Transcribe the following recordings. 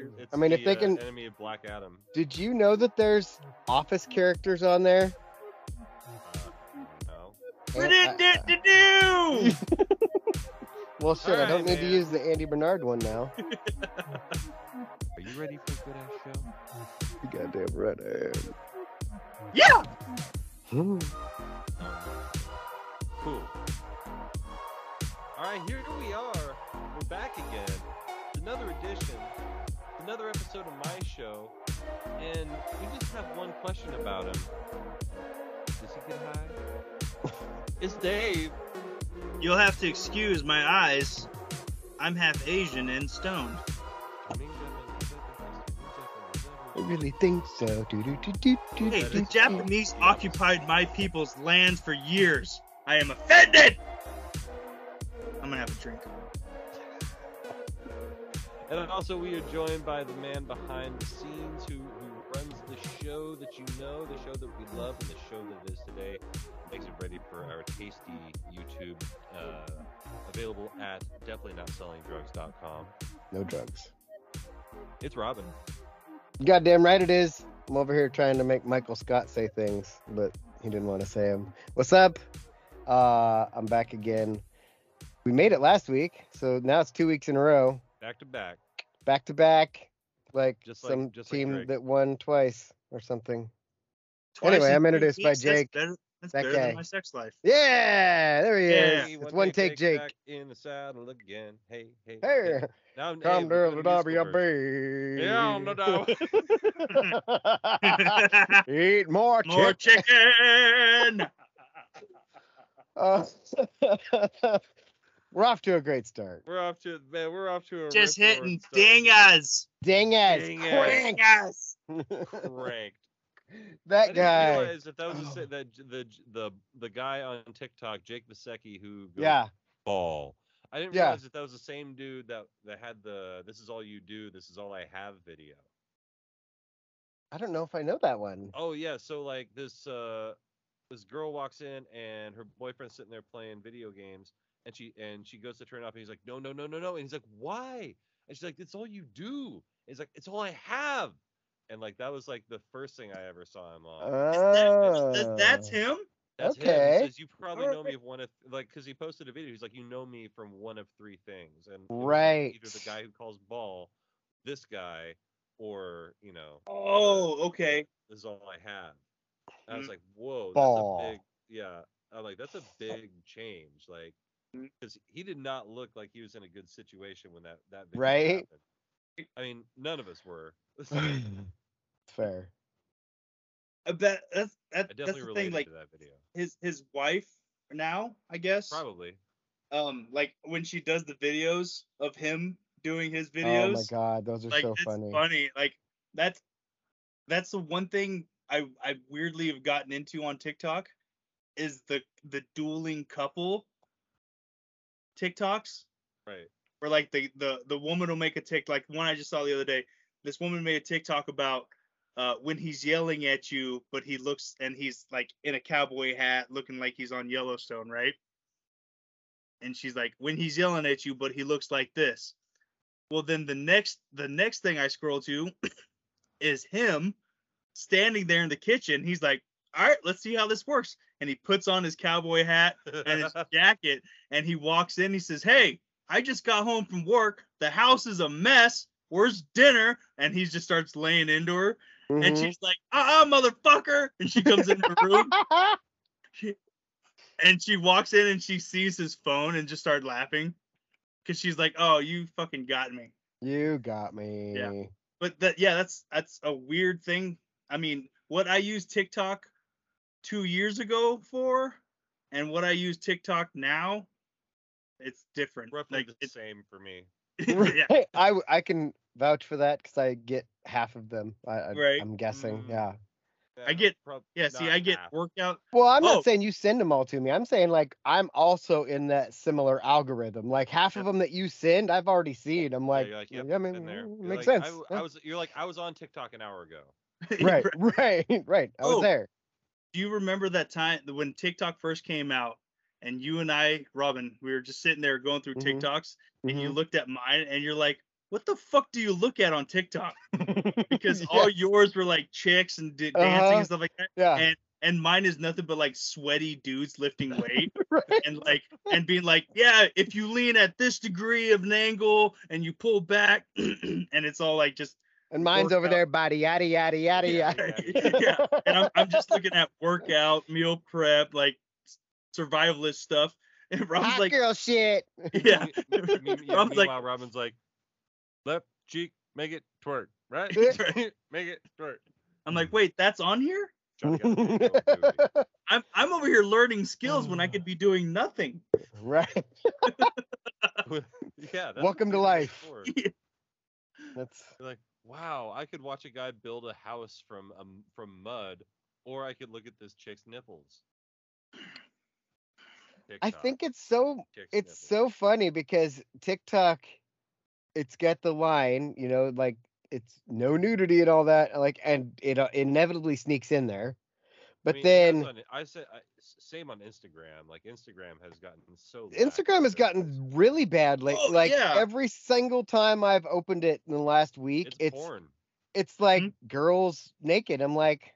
It's, it's I mean, the, if they uh, can- enemy of Black Adam. Did you know that there's office characters on there? No. And I- do. well, shit, I don't Alright, need to man. use the Andy Bernard one now. Are you ready for a good ass show? You goddamn right I Yeah. am. Cool. All right, here we are. We're back again. It's another edition, another episode of my show, and we just have one question about him. Does he get high? it's Dave. You'll have to excuse my eyes. I'm half Asian and stoned. I really think so. Do, do, do, do, do, Hey, That the is- Japanese occupied my people's land for years. I am offended. I'm gonna have a drink. And also, we are joined by the man behind the scenes who, who runs the show that you know, the show that we love, and the show that it is today. Makes it ready for our tasty YouTube, uh, available at definitelynotsellingdrugs.com. No drugs. It's Robin. Goddamn right it is. I'm over here trying to make Michael Scott say things, but he didn't want to say them. What's up? Uh, I'm back again. We made it last week, so now it's two weeks in a row, Back to back. back to back, like Just like- some just like team Drake. that won twice or something. Anyway, in I'm three introduced by weeks, that's Jake. better- That's That better guy. than my sex life. Yeah, there he Yeah. is. It's one take, Jake. Back in the saddle again. Hey, hey. Hey, Now, hey, come we've got to a the musical version. WWE. Yeah, on the dial. Eat more, More chick. chicken. Uh, we're off to a great start. We're off to man. We're off to a Just rip roaring hitting start. dingas. Dang Dang ass. it. Dingas. Cranked. that I didn't guy. Oh. realize that that was the, sa- that j- the j- the the guy on TikTok, Jake Vasecki, who goes Yeah. ball. I didn't Yeah. realize that that was the same dude that that had the "This is all you do, this is all I have" video. I don't know if I know that one. Oh yeah, so like this uh this girl walks in and her boyfriend's sitting there playing video games, and she and she goes to turn it off, and he's like, "No, no, no, no, no," and he's like, "Why?" And she's like, "It's all you do." And he's like, "It's all I have," and like that was like the first thing I ever saw him on. Oh. That's him. That's him. Okay. He says, you probably know me of one of like because he posted a video. He's like, you know me from one of three things, and it was, like, Right. either the guy who calls ball, this guy, or you know, Oh, okay. this is all I have. And I was Mm. like, whoa, Ball. that's a big, yeah. I'm like, that's a big change, like, Mm. because he did not look like he was in a good situation when that that video Right? happened. I mean, none of us were. Fair. I bet that's that, I that's definitely the related thing. Like to that video. his his wife now, I guess. Probably. Um, like when she does the videos of him doing his videos. Oh my god, those are like so it's funny. Like that's that's the one thing I I weirdly have gotten into on TikTok is the the dueling couple TikToks Right. where like the the the woman will make a tick like one I just saw the other day. This woman made a TikTok about uh, when he's yelling at you, but he looks and he's like in a cowboy hat, looking like he's on Yellowstone, right? And she's like, when he's yelling at you, but he looks like this. Well, then the next the next thing I scroll to is him standing there in the kitchen. He's like, all right, let's see how this works. And he puts on his cowboy hat and his jacket and he walks in he says hey i just got home from work the house is a mess where's dinner and he just starts laying into her and Mm-hmm. Mhm. she's like uh-uh motherfucker and she comes in the room and she walks in and she sees his phone and just started laughing because she's like oh you fucking got me you got me. Yeah. but that yeah that's that's a weird thing i mean what i used tiktok two years ago for and what i use tiktok now it's different Roughly Like, the it's- same for me. yeah I w- I can vouch for that because I get half of them. I, I, Right. I'm guessing. Mm. Yeah. I get- prob- Yeah, see, not I get half. workout. Well, I'm Oh. not saying you send them all to me. I'm saying like I'm also in that similar algorithm. Like half of them that you send, I've already seen. I'm like, you're yeah, like, yep, I mean, in there. mm, You're makes like, I sense. w- I, yeah." was, you're like, I was on TikTok an hour ago. right, right, right. I was Oh. there. Do you remember that time when TikTok first came out, and you and I, Robin, we were just sitting there going through Mhm. TikToks, and you looked at mine, and you're like, what the fuck do you look at on TikTok? Because all yours were like chicks and d- dancing Uh-huh. and stuff like that, Yeah. and and mine is nothing but like sweaty dudes lifting weight right. and like and being like, yeah, if you lean at this degree of an angle and you pull back, and it's all like just And mine's over workout. there, body yada yada yada Yeah, yada. yeah. and I'm, I'm just looking at workout, meal prep, like s- survivalist stuff. And Rob's Hot like, girl shit. yeah, Me- me- yeah, Rob's like- meanwhile, Robin's like, left cheek, make it twerk, right? Right. make it twerk. I'm like, wait, that's on here? Johnny got the big old booty. I'm I'm over here learning skills when I Mm. could be doing nothing. Right. yeah. that's Welcome what to they do life. before. That's You're like, wow, I could watch a guy build a house from um, from mud, or I could look at this chick's nipples. I TikTok, think it's so chick's it's nipples. so funny because TikTok it's got the line, you know, like it's no nudity and all that, like and it uh, inevitably sneaks in there. But mean, it then does on- I say I, s- same on Instagram. Like Instagram has gotten so. lax Instagram with has their rules. gotten really bad lately. Oh, like yeah. every single time I've opened it in the last week, It's, it's it's, porn. like girls naked. I'm like,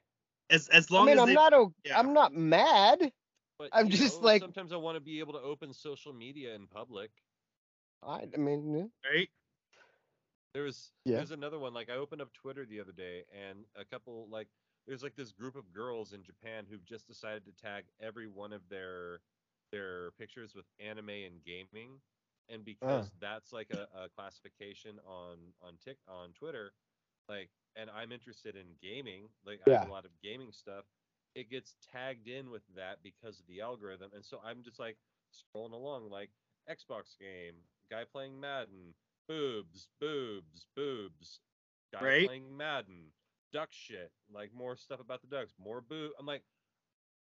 As as I long mean, as I'm they, not o yeah. am not mad. But I'm you just know, like- Sometimes I want to be able to open social media in public. I, I mean, yeah. right? There was Yeah. there's another one. Like I opened up Twitter the other day, and a couple like there's like this group of girls in Japan who've just decided to tag every one of their their pictures with anime and gaming, and because that's like a, a classification on on Tik on Twitter, like and I'm interested in gaming, like I have a lot of gaming stuff. It gets tagged in with that because of the algorithm, and so I'm just like scrolling along, like Xbox game, guy playing Madden, boobs, boobs, boobs, guy Right. playing Madden, duck shit, like more stuff about the ducks, more boob. I'm like,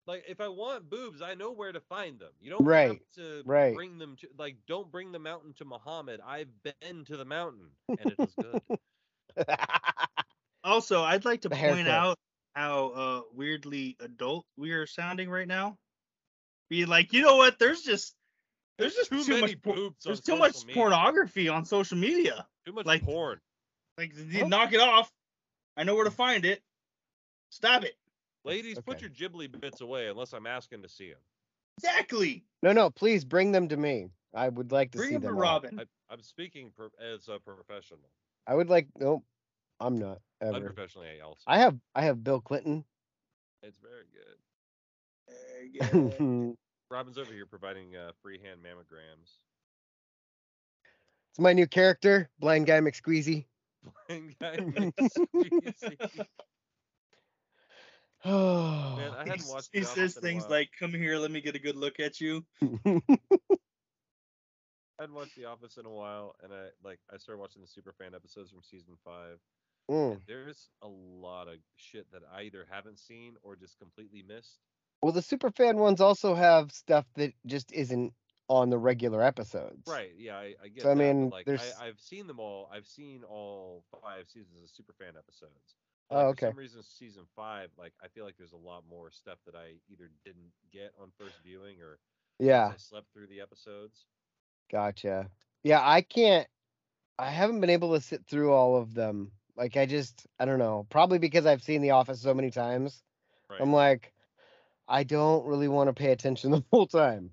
like if I want boobs, I know where to find them. You don't have Right, to right. bring them to like don't bring the mountain to Muhammad. I've been to the mountain and it is good. Also, I'd like to The point haircut. out how uh weirdly adult we are sounding right now. Be like, you know what? There's just there's just too, too, many much por- boobs. there's on too social much media. pornography on social media. Too much like- porn. Like, d- Oh. knock it off. I know where to find it. Stop it. Ladies, put okay. your Ghibli bits away unless I'm asking to see them. Exactly. no, no, please bring them to me. I would like to Bring see him them. to all. Robin. I, I'm speaking pro- as a professional, I would like. Nope, I'm not ever. unprofessionally also. I have I have Bill Clinton. It's very good. There you go. it's Robin's over here providing uh, freehand mammograms. my new character, Blind Guy McSqueezy. Blind guy makes squeezy. Man, I Oh, hadn't He's- watched. He The says Office in a things while. like, "Come here, let me get a good look at you." I hadn't watched The Office in a while, and I like I started watching the Superfan episodes from season five. Mm. And there's a lot of shit that I either haven't seen or just completely missed. Well, the superfan ones also have stuff that just isn't on the regular episodes. Right? Yeah, I, I get. So, I that, but, mean, like there's- I, I've seen them all. I've seen all five seasons of Superfan episodes. But, Oh, like, For okay. some reason, season five, like I feel like there's a lot more stuff that I either didn't get on first viewing or 'cause Yeah. I slept through the episodes. Gotcha. Yeah, I can't. I haven't been able to sit through all of them. Like, I just, I don't know. Probably because I've seen The Office so many times. Right. I'm like, I don't really want to pay attention the whole time.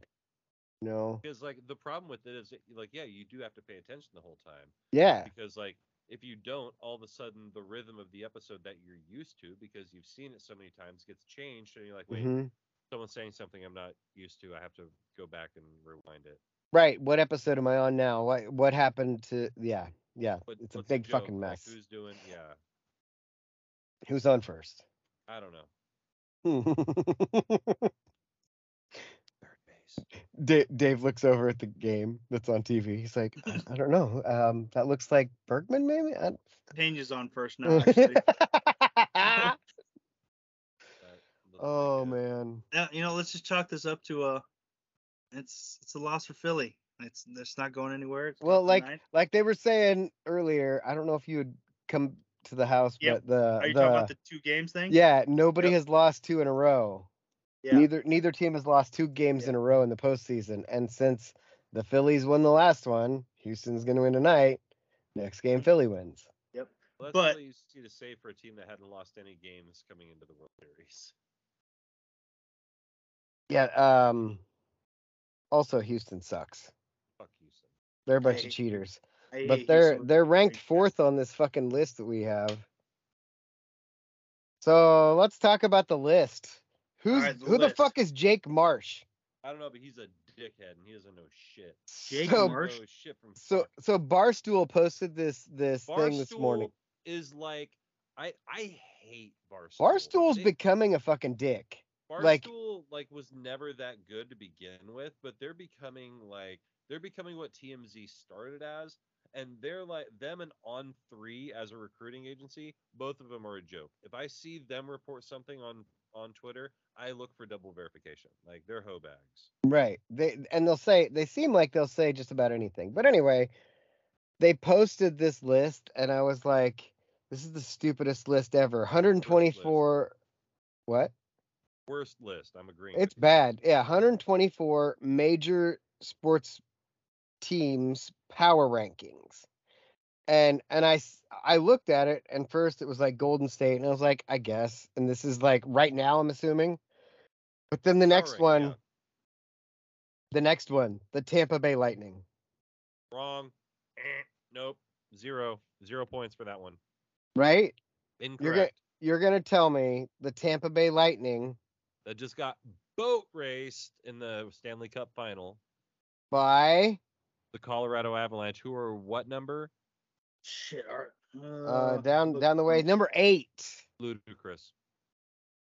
You know? Because like the problem with it is that, like yeah, you do have to pay attention the whole time Yeah. because like if you don't, all of a sudden the rhythm of the episode that you're used to because you've seen it so many times gets changed and you're like, wait, Mhm. someone's saying something I'm not used to. I have to go back and rewind it. Right. What episode am I on now? What What happened to? Yeah. Yeah. What, It's a what's the big joke? fucking Like, mess. who's doing? Yeah, Who's on first? I don't know. Third base. Da- Dave looks over at the game that's on TV. He's like, I, I don't know. Um, that looks like Bergman, maybe. I- Tanya's on first now. Actually, That looks like oh it. man, Yeah, you know, let's just chalk this up to uh, it's it's a loss for Philly. It's it's not going anywhere. It's Well, not like, tonight. like they were saying earlier. I don't know if you would come to the house, Yeah, but the are you the, talking about the two games thing? yeah, nobody Yep. has lost two in a row. Yeah. Neither neither team has lost two games Yeah. in a row in the postseason, and since the Phillies won the last one, Houston's going to win tonight. Next game, Philly wins. Well, that's But- all you see to say for a team that hadn't lost any games coming into the World Series. Yeah. Um. Also, Houston sucks. Fuck Houston. They're a bunch Hey. of cheaters. I But hate they're Houston. they're ranked fourth on this fucking list that we have. So let's talk about the list. Who's right, the who the list. fuck is Jake Marsh? I don't know, but he's a dickhead and he doesn't know shit. Jake so, Marsh? Knows shit from So so Barstool posted this this thing this Barstool morning. is like I I hate Barstool. Barstool's They- becoming a fucking dick. Barstool like- like was never that good to begin with, but they're becoming like they're becoming what TMZ started as, and they're like them and On Three as a recruiting agency. Both of them are a joke. If I see them report something on on Twitter, I look for double verification. Like they're hoe bags. Right. They and they'll say they seem like they'll say just about anything. But anyway, they posted this list and I was like, this is the stupidest list ever. 124 what? Worst list. I'm agreeing. It's with you. bad. Yeah, 124 major sports teams power rankings. And and I s- I looked at it and first it was like Golden State and I was like, I guess. And this is like right now I'm assuming. But then the Power next rank, one, yeah. the next one, the Tampa Bay Lightning. Wrong. Eh, Nope. Zero. Zero points for that one. Right? Incorrect. You're going to tell me the Tampa Bay Lightning That just got boat raced in the Stanley Cup final. by the Colorado Avalanche, who are what number? Shit. Are, uh, uh, down look, down the way number 8. Ludicrous.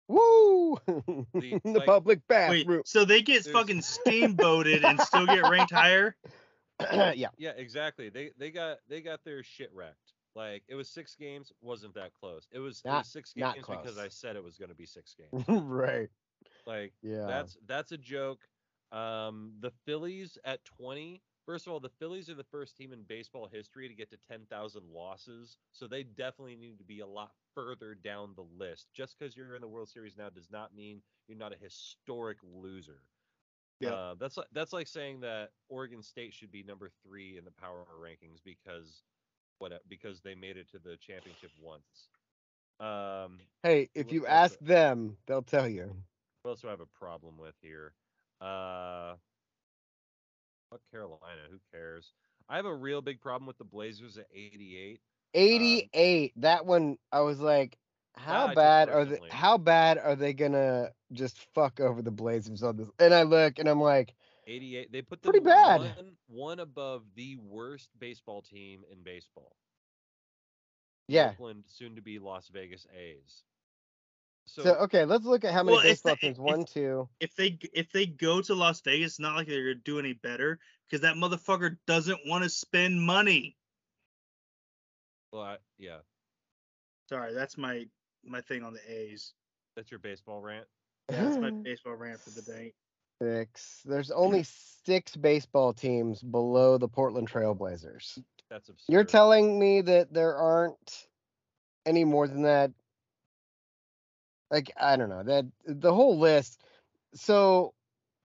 Woo! the like- public Wait, bathroom. so they get There's- fucking steamboated and still get ranked higher? yeah. Yeah, exactly. They they got they got their shit wrecked. Like it was six games, wasn't that close. It was, it Not- was six not games close. because I said it was going to be six games. right. Like Yeah. that's that's a joke. Um, the Phillies at twenty. First of all, the Phillies are the first team in baseball history to get to ten thousand losses, so they definitely need to be a lot further down the list. Just because you're in the World Series now does not mean you're not a historic loser. Yep. Uh, that's like that's like saying that Oregon State should be number three in the power rankings because what because they made it to the championship once. Um, hey, if what you was ask it? them, they'll tell you. Um, who else do I have a problem with here? Uh, fuck Carolina. Who cares? I have a real big problem with the Blazers at 88. 88. that one I was like how I took bad are they personally. how bad are they going to just fuck over the Blazers on this? And I look and I'm like 88. They put them Pretty bad. One, one above the worst baseball team in baseball. yeah. Oakland, soon to be Las Vegas A's. So, So, okay, let's look at how many Well, it's the- baseball teams. it- One, two. If they if they go to Las Vegas, it's not like they're gonna do any better because that motherfucker doesn't want to spend money. well, I- yeah, Sorry, that's my my thing on the A's. that's your baseball rant. Yeah, that's my baseball rant for the day. six. There's only six baseball teams below the Portland Trailblazers. That's absurd. You're telling me that there aren't any more than that. Like I don't know that the whole list. So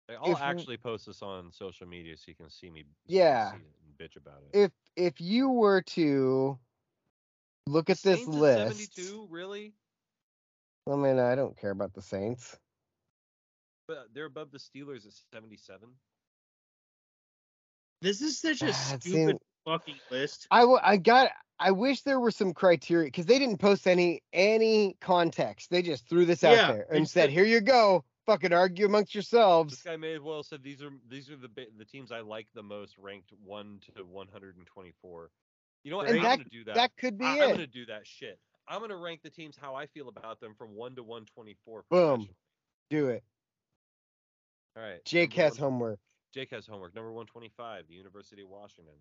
Like, I'll if- actually post this on social media so you can see me. so you can Yeah. see it and bitch about it. if if you were to look at this Saints at list, 72, really? I mean I don't care about the Saints. But they're above the Steelers at 77. This is such a Ah, it stupid seem- fucking list. I wa- I got I wish there were some criteria because they didn't post any any context. They just threw this Yeah, out there they and said, said- "Here you go, fucking argue amongst This yourselves." guy may have well said these are these are the ba- the teams I like the most, ranked one to 124. You know what? And I'm that- gonna do that. That could be I, it. am gonna do that shit. I'm gonna rank the teams how I feel about them from one to 124. Boom. professionally. Do it. All right. Jake number has one- homework. Jake has homework. Number 125, the University of Washington.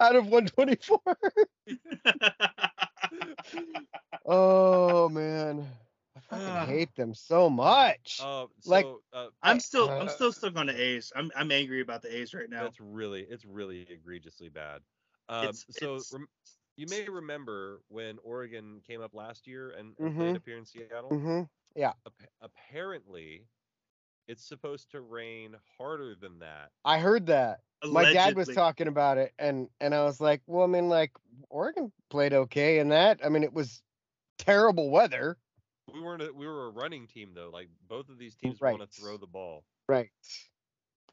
Out of 124. oh man, I Ah. fucking hate them so much. Oh, so Like- uh, I'm still I'm Uh, still stuck on the A's. I'm I'm angry about the A's right now. that's really it's really egregiously bad. Um, It's- so it's- rem- you may remember when Oregon came Mm-hmm. up last year and, and played Mhm. up here in Seattle. hmm Ap- apparently, It's supposed to rain harder than that. I heard that. My dad was talking about it, and and I was like, well, I mean, like Oregon played okay in that. I mean, it was terrible weather. We weren't. A, we were a running team though. Like both of these teams Right. want to throw the ball. Right. It's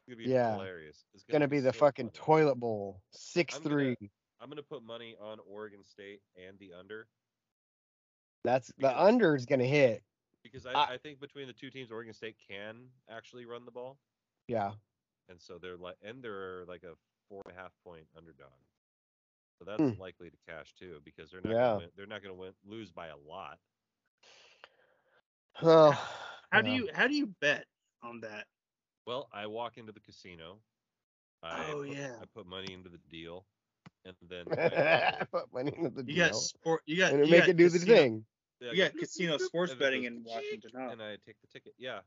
gonna be Yeah. hilarious. It's Gonna, be, the so fucking funny. toilet bowl. Six I'm gonna- three. I'm gonna put money on Oregon State and the under That's the because- under is gonna hit. because I, I- I, think between the two teams, Oregon State can actually run the ball, Yeah. and so they're like and they're like a four and a half point underdog. So that's Hmm. likely to cash too because they're not Yeah. gonna win, they're not gonna win lose by a lot. Oh, How do yeah. you how do you bet on that? Well, I walk into the casino. I Oh, put, yeah. I put money into the deal, and then I- put money into the You deal got sport. You got and it you make got it do the casino- thing. yeah, I You go got casino sports and then it betting goes in cheek, Washington, huh? and I take the ticket. Yeah,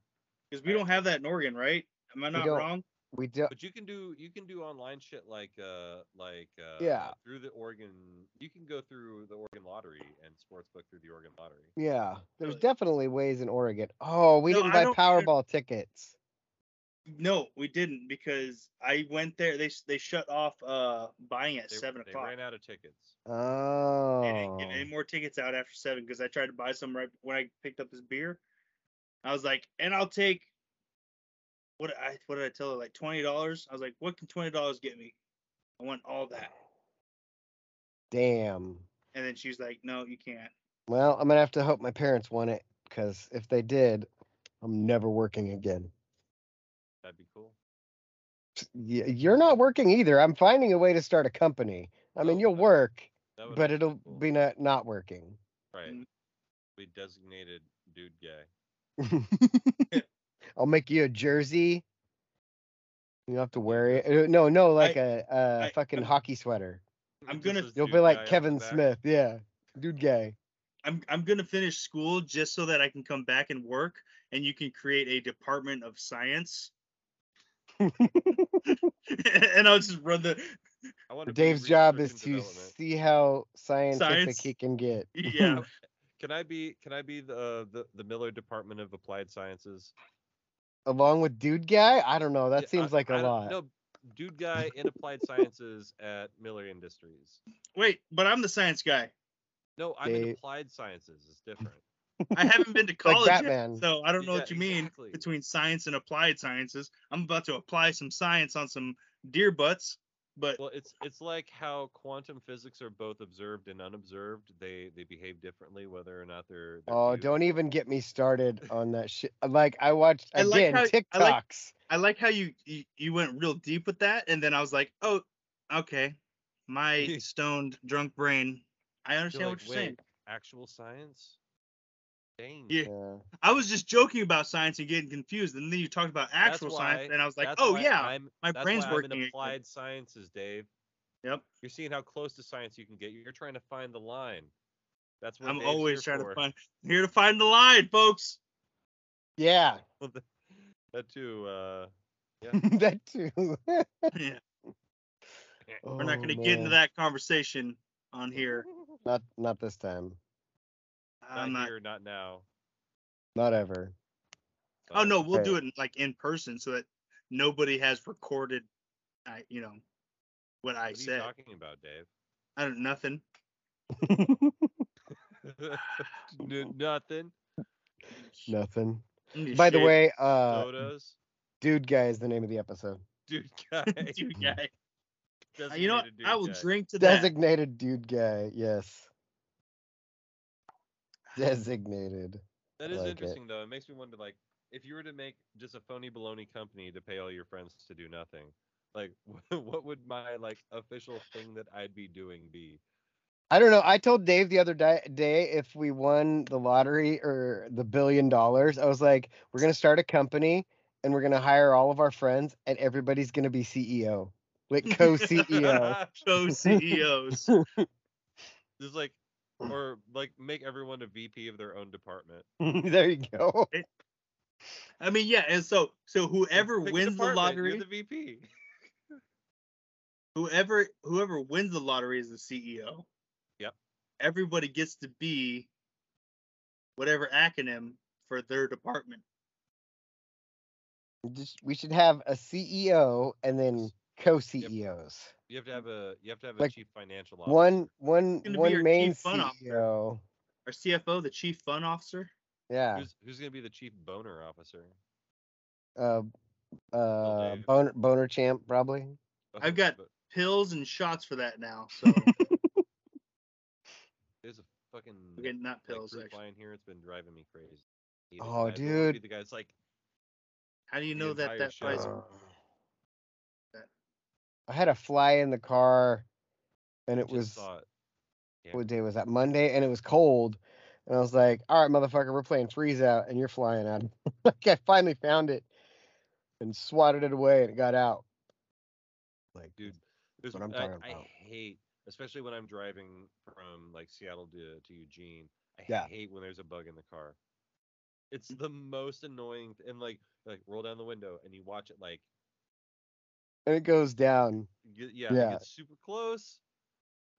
Because we don't have that in Oregon, right? Am I not don't. wrong? We do. but you can do you can do online shit like uh like uh Yeah. through the Oregon. You can go through the Oregon lottery and sportsbook through the Oregon lottery. Yeah. There's Really? definitely ways in Oregon. Oh, we No, didn't I buy don't- I Powerball tickets. No, we didn't because I went there. They s- they shut off uh buying at They, seven they o'clock. ran out of tickets. Oh. They didn't get any more tickets out after seven because I tried to buy some right when I picked up this beer. I was like, and I'll take what I what did I tell her? Like twenty dollars. I was like, what can twenty dollars get me? I want all that. Oh. Damn. And then she's like, no, you can't. Well, I'm gonna have to hope my parents won it, because if they did, I'm never working again. That'd be cool. Y- You're not working either. I'm finding a way to start a company. I mean, Oh, you'll that- work, That would but actually it'll cool. be not not working. right. Mm. We designated dude guy. I'll make you a jersey. You don't have to wear it. Uh, No, no, like I- a a I- fucking I'm- hockey sweater. I'm It just gonna- says You'll dude be guy like on the Kevin back. Smith, yeah, dude guy. I'm I'm gonna finish school just so that I can come back and work, and you can create a department of science. and I'll just run the I wanna be Dave's job research and is to development. see how scientific Science? he can get. yeah. Can I be can I be the the, the Miller Department of Applied Sciences? Along with dude guy, I don't know. That Yeah, seems I- like a I don't- lot. No, dude guy in applied sciences at Miller Industries. Wait, but I'm the science guy. No, I'm in Dave. applied sciences. It's different. I haven't been to Like college yet, Batman. so I don't know Yeah, what you mean exactly. between science and applied sciences. I'm about to apply some science on some deer butts, but Well, it's it's like how quantum physics are both observed and unobserved. They they behave differently whether or not they're. they're Oh, viewed. don't even get me started on that shit. Like I watched I like again how- I like- TikToks. I like how you, you you went real deep with that, and then I was like, oh, okay, my stoned drunk brain. I understand like, what you're "Wait." saying. actual science. Dang. Yeah, Yeah. I was just joking about science and getting confused, and then you talked about That's actual why- science, and I was like, that's oh why yeah, I'm, my that's brain's why working. I'm in again. applied sciences, Dave. Yep, You're seeing how close to science you can get. You're trying to find the line. That's what I'm Dave's always here trying to for. find here to find the line, folks. Yeah. that too. Uh, that too. We're yeah. We're Oh, not going to get into that conversation on here. Not not this time. I'm not not. here, not now. Not ever. Oh no, we'll do Okay. it in, like in person so that nobody has recorded, I you know, what I What are you said. talking about, Dave? I don't nothing. N- nothing. Nothing. I'm gonna By the shave way, uh Sodas. dude guy is the name of the episode. Dude, guy. you guy. You know, what? Designated dude I will guy. drink to that. Designated dude guy. Yes. Designated. That is like it. interesting, though. It makes me wonder, like, if you were to make just a phony baloney company to pay all your friends to do nothing, like, what would my like official thing that I'd be doing be? I don't know. I told Dave the other di- day if we won the lottery or the billion dollars, I was like, we're going to start a company and we're going to hire all of our friends and everybody's going to be CEO, like E co CEO. Co CEOs. just like, or like, make everyone a VP of their own department. there you go. I mean, yeah, and so so whoever Pick a wins the department, lottery, you're the VP. whoever whoever wins the lottery is the CEO. Yep. Everybody gets to be whatever acronym for their department. Just, we should have a CEO and then E co-CEOs. You have to have a you have to have a Like, chief financial officer. One, one, gonna be one your main E chief fun officer. CEO. Our CFO, the chief fun officer. Yeah. Who's, who's gonna be the chief boner officer? Uh, uh, Dave. boner, boner champ probably. Oh, I've got- but Pills and shots for that now. So There's a fucking okay, not like, pills group actually. line here. It's been driving me crazy. The guy- there Oh, would be dude. The guy's like, How do you the know that entire that show. flies? Uh, I had a fly in the car, and "I it just was saw it." Yeah. what day was that? Monday, and it was cold. And I was like, "All right, motherfucker, we're playing freeze out, and you're flying out." like I finally found it, and swatted it away, and it got out. Like, Dude, There's, what I'm I- talking I, about. hate, especially when I'm driving from like Seattle to, to Eugene. I Yeah. hate when there's a bug in the car. It's the most annoying. th- And like, like roll down the window and you watch it. Like, and it goes down. you, yeah, Yeah. you get super close.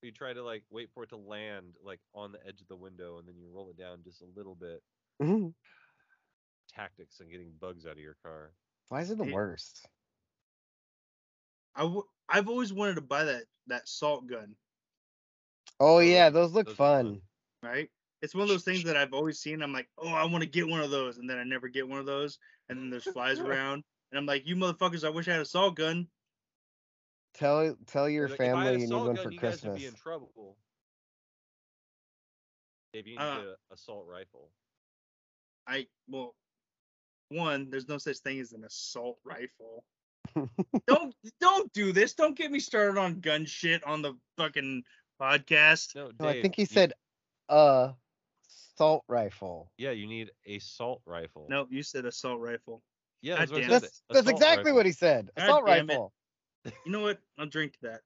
You try to like wait for it to land like on the edge of the window, and then you roll it down just a little bit. Mhm. Tactics and getting bugs out of your car. Flies are the Hey. worst. I w- I've always wanted to buy that that salt gun. Oh those yeah, are- those look those are fun. fun. right? It's one of those things that I've always seen. I'm like, oh, I want to get one of those, and then I never get one of those, and then there's flies around, and I'm like, you motherfuckers, I wish I had a salt gun. Tell tell your Like, if I had family a you need salt one gun, for you guys would Christmas. be in trouble. Dave, you need Uh, a assault rifle. I well, one, there's no such thing as an assault rifle. don't don't do this. Don't get me started on gun shit on the fucking podcast. No, Dave, No, I think he you- said, "Uh, salt rifle." Yeah, you need a salt rifle. No, you said assault rifle. Yeah, God that's what I damn said. it. That's that's Assault exactly rifle. what he said. God Assault damn it. rifle. You know what? I'll drink to that.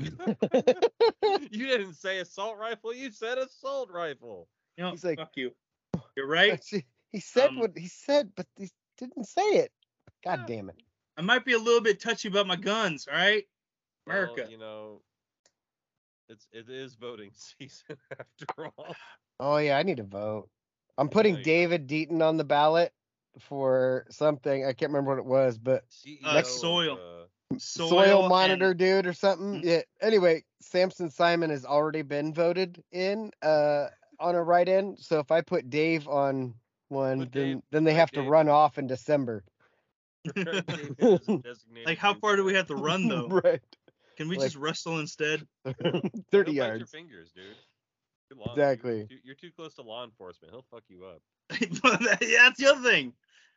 you didn't say assault rifle. You said assault rifle. You know, He's like- fuck you. You're right. Actually, he said Um, what he said, but he didn't say it. God Yeah. damn it. I might be a little bit touchy about my guns. All right, Well, America. you know, it's it is voting season after all. Oh yeah, I need to vote. I'm putting you go. David Deaton on the ballot for something. I can't remember what it was, but CEO Uh, E of, soil. uh, soil, and- monitor dude or something. Mm. Yeah. Anyway, Samson Simon has already been voted in uh on a write in. So if I put Dave on one, Put then Dave- then they put have to Dave. run off in December. David is a designated Like, how far do we user. have to run though? right. Can we Like- just wrestle instead? He'll 30 bite Your yards. fingers, dude. Too long. You- Exactly. you- You're too close to law enforcement. He'll fuck you up. But that- yeah, that's the other thing.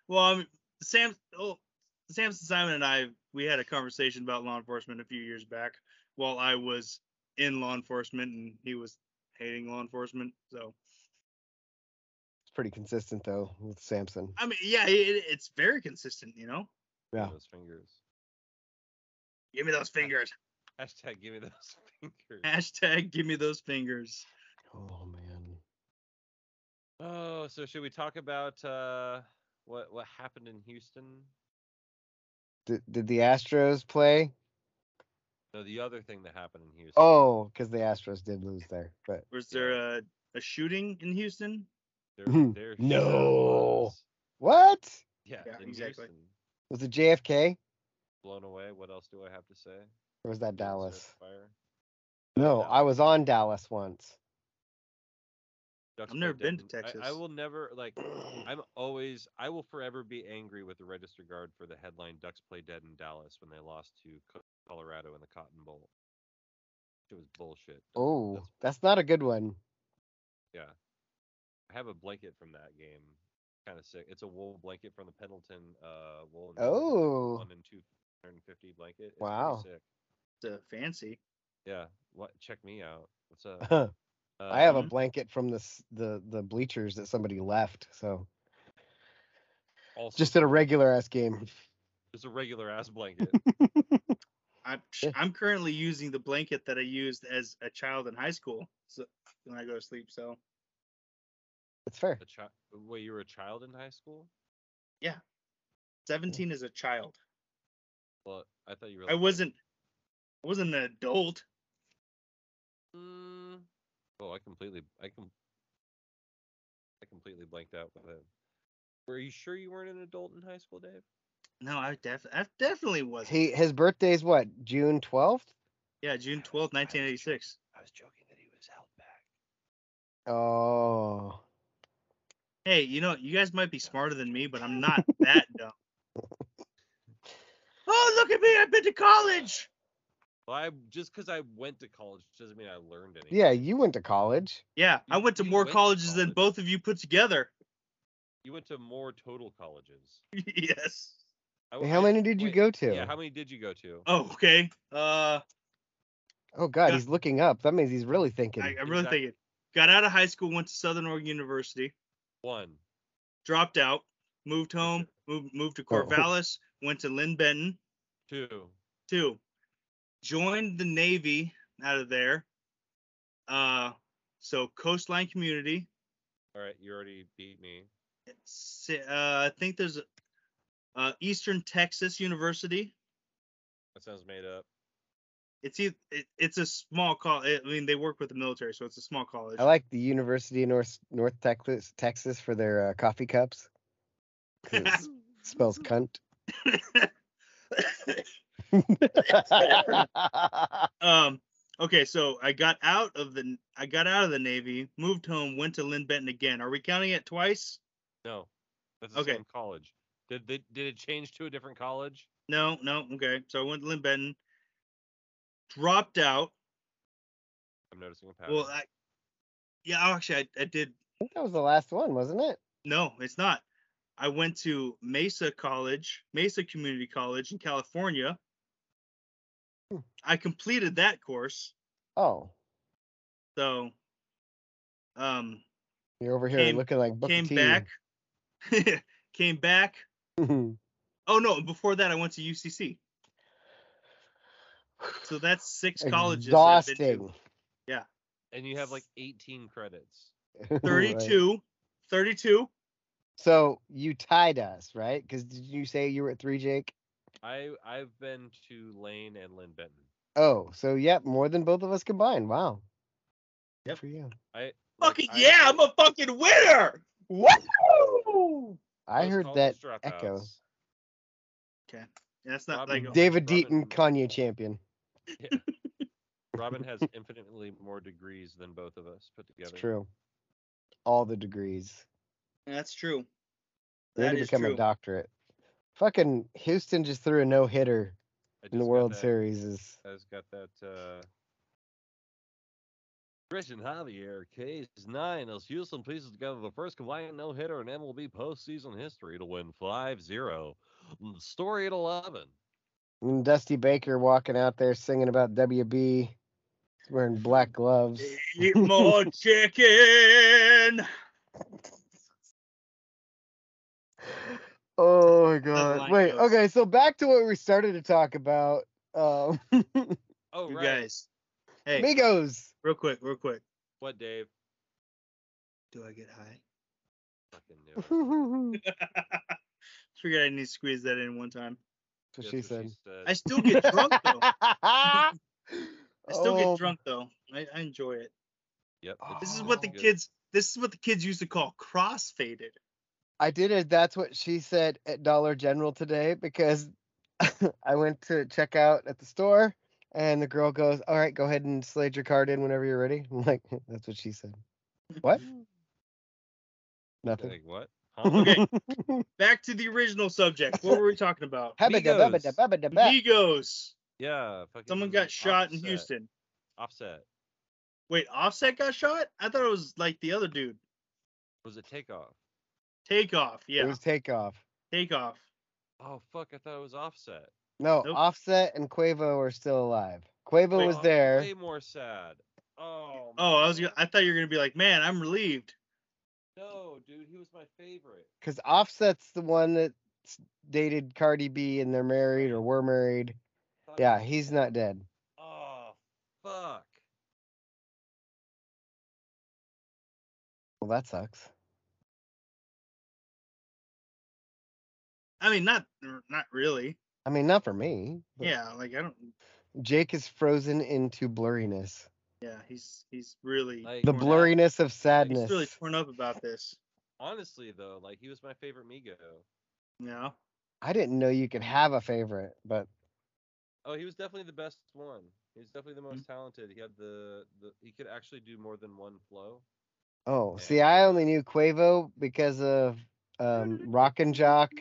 Well, I mean, Sam, oh, Samson Simon and I, we had a conversation about law enforcement a few years back while I was in law enforcement and he was hating law enforcement. So, It's pretty consistent though with Samson. I mean, yeah, it, it's very consistent, you know? Give me Yeah. Those fingers. Give me those fingers. Hashtag give me those fingers. Hashtag give me those fingers. Oh man. Oh, so should we talk about uh, what what happened in Houston? Did, did the Astros play? No, the other thing that happened in Houston. Oh, because the Astros did lose there. But Was there a, a shooting in Houston? there, Mhm. there sure No. was. what? Yeah, Yeah, in exactly. Houston. Was it JFK Blown away. What else do I have to say? or was that Didn't set Dallas? Fire. No, I Dallas. was on Dallas once. Ducks I've never were been to dead in- I, I Texas. will never like. I'm always. I will forever be angry with the register guard for the headline "Ducks play dead in Dallas" when they lost to Co- Colorado in the Cotton Bowl. It was bullshit. Oh, That's- that's not a good one. Yeah. I have a blanket from that game. Kind of sick. It's a wool blanket from the Pendleton uh wool. And Oh. One and two hundred and fifty blanket. It's pretty Wow. Sick. It's, uh, fancy. Yeah. What? Check me out. What's up? I have a Um, blanket from the s- the the bleachers that somebody left. So also just at a regular ass game. just a regular ass blanket. I'm Yeah. I'm currently using the blanket that I used as a child in high school. So when I go to sleep, so It's fair. a chi- Wait, you were a child in high school? 17 is a child. Well, I thought you were. I like, a- wasn't I wasn't an adult. Mm. Oh, I completely. I can. I completely blanked out with it. Were you sure you weren't an adult in high school, Dave? No, I definitely, I definitely was. He his birthday's what June twelfth. yeah, June twelfth, nineteen eighty six. I was joking that he was held back. Oh, Hey, you know, you guys might be smarter than me, but I'm not that dumb. Oh, look at me! I've been to college. Well, I just because I went to college doesn't mean I learned anything. yeah, you went to college. Yeah, I You- went to you more went to colleges than college. both of you put together. You went to more total colleges. yes. I- How I- many did you wait, go to? Yeah, how many did you go to? Oh, okay. Uh, oh God, Yeah. he's looking up. That means he's really thinking. I, I'm really Exactly. thinking. Got out of high school, went to Southern Oregon University, One. dropped out, moved home, moved moved to Oh. Corvallis, went to Lynn Benton, Two. two, joined the Navy out of there. Uh, so Coastline Community. All right, you already beat me. It's, uh, I think there's uh, Eastern Texas University. That sounds made up. It's eith- it, it's a small college. I mean, they work with the military, so it's a small college. I like the University of North North Texas Texas for their uh, coffee cups. 'Cause it s- smells cunt. um okay so i got out of the i got out of the navy moved home went to lynn benton again are we counting it twice No, that's the Okay. same college. Did they, did it change to a different college? no no okay so i went to lynn benton dropped out I'm noticing a pattern. well I, yeah oh, actually I, I did I think that was the last one, wasn't it? no it's not i went to mesa college mesa community college in california Hmm. i completed that course Oh, so um you're over here Came- looking like Booker came T. back came back oh, Oh no! and Before that, I went to UCC. So that's six colleges. I've been to. Exhausting. and you have like 18 credits. Right. 32, 32. So you tied us, right? Because did you say you were at three, Jake? I I've been to Lane and Lynn Benton. Oh, so yep, more than both of us combined. Wow. Good Yep. for you. Like, Fucking I- yeah! I'm a fucking winner. Woo! I those heard that college echo. dropouts. That's not Robin- like David Robin- Deaton, Kanye champion. Robin has infinitely more degrees than both of us put together. It's true. All the degrees. that's true. They had That to is become true. a doctorate. Fucking Houston just threw a no hitter I just in the got World that- Series. Is I just got that. uh Christian Javier, case nine, as Houston pieces together the first combined no hitter in MLB postseason history to win 5 0. Story at 11. and Dusty Baker walking out there singing about WB, wearing black gloves. Eat more chicken. Oh my line god. Wait, goes. okay, so back to what we started to talk about. Um Oh, You right. guys. Hey, Migos. real quick, real quick. What, Dave? Do I get high? Fucking knew it. That's Just figured I need to squeeze that in one time. what That's she what said. I still get drunk though. I I Oh still get drunk though. I, I enjoy it. Yep. it's- This is what the it's Oh, good. kids. This is what the kids used to call crossfaded. I did it. That's what she said at Dollar General today because I went to check out at the store and the girl goes, All right, go ahead and slide your card in whenever you're ready. I'm like, That's what she said. What? Mm-hmm. Nothing. Like, what? Okay. Back to the original subject. What were we talking about? Migos. Habba-dabba-dabba-dabba. Migos. Yeah. Fucking Someone got shot in Offset. Houston. Offset. Wait, Offset got shot? I thought it was like the other dude. Was it takeoff? Takeoff. It Yeah, was takeoff. takeoff. Oh fuck! I thought it was Offset. No, Nope. Offset and Quavo are still alive. Quavo Wait, was Oh, there. Way more sad. Oh. Oh, I was. man. gonna- I thought you were gonna be like, man, I'm relieved. No, dude, he was my favorite. Because Offset's the one that s- dated Cardi B and they're married or were married. Thought he Yeah, was- he's not dead. Oh fuck. Well, that sucks. I mean, not not really. I mean, not for me. but Yeah, like I don't. Jake is frozen into blurriness. Yeah, he's he's really Like, The torn up. blurriness of he's sadness. really torn up about this. Honestly, though, like he was my favorite Migo. You know. I didn't know you could have a favorite, but Oh, he was definitely the best one. He was definitely Hmm. the most talented. He had the, the he could actually do more than one flow. oh, Yeah. see, I only knew Quavo because of um, Rock and Jock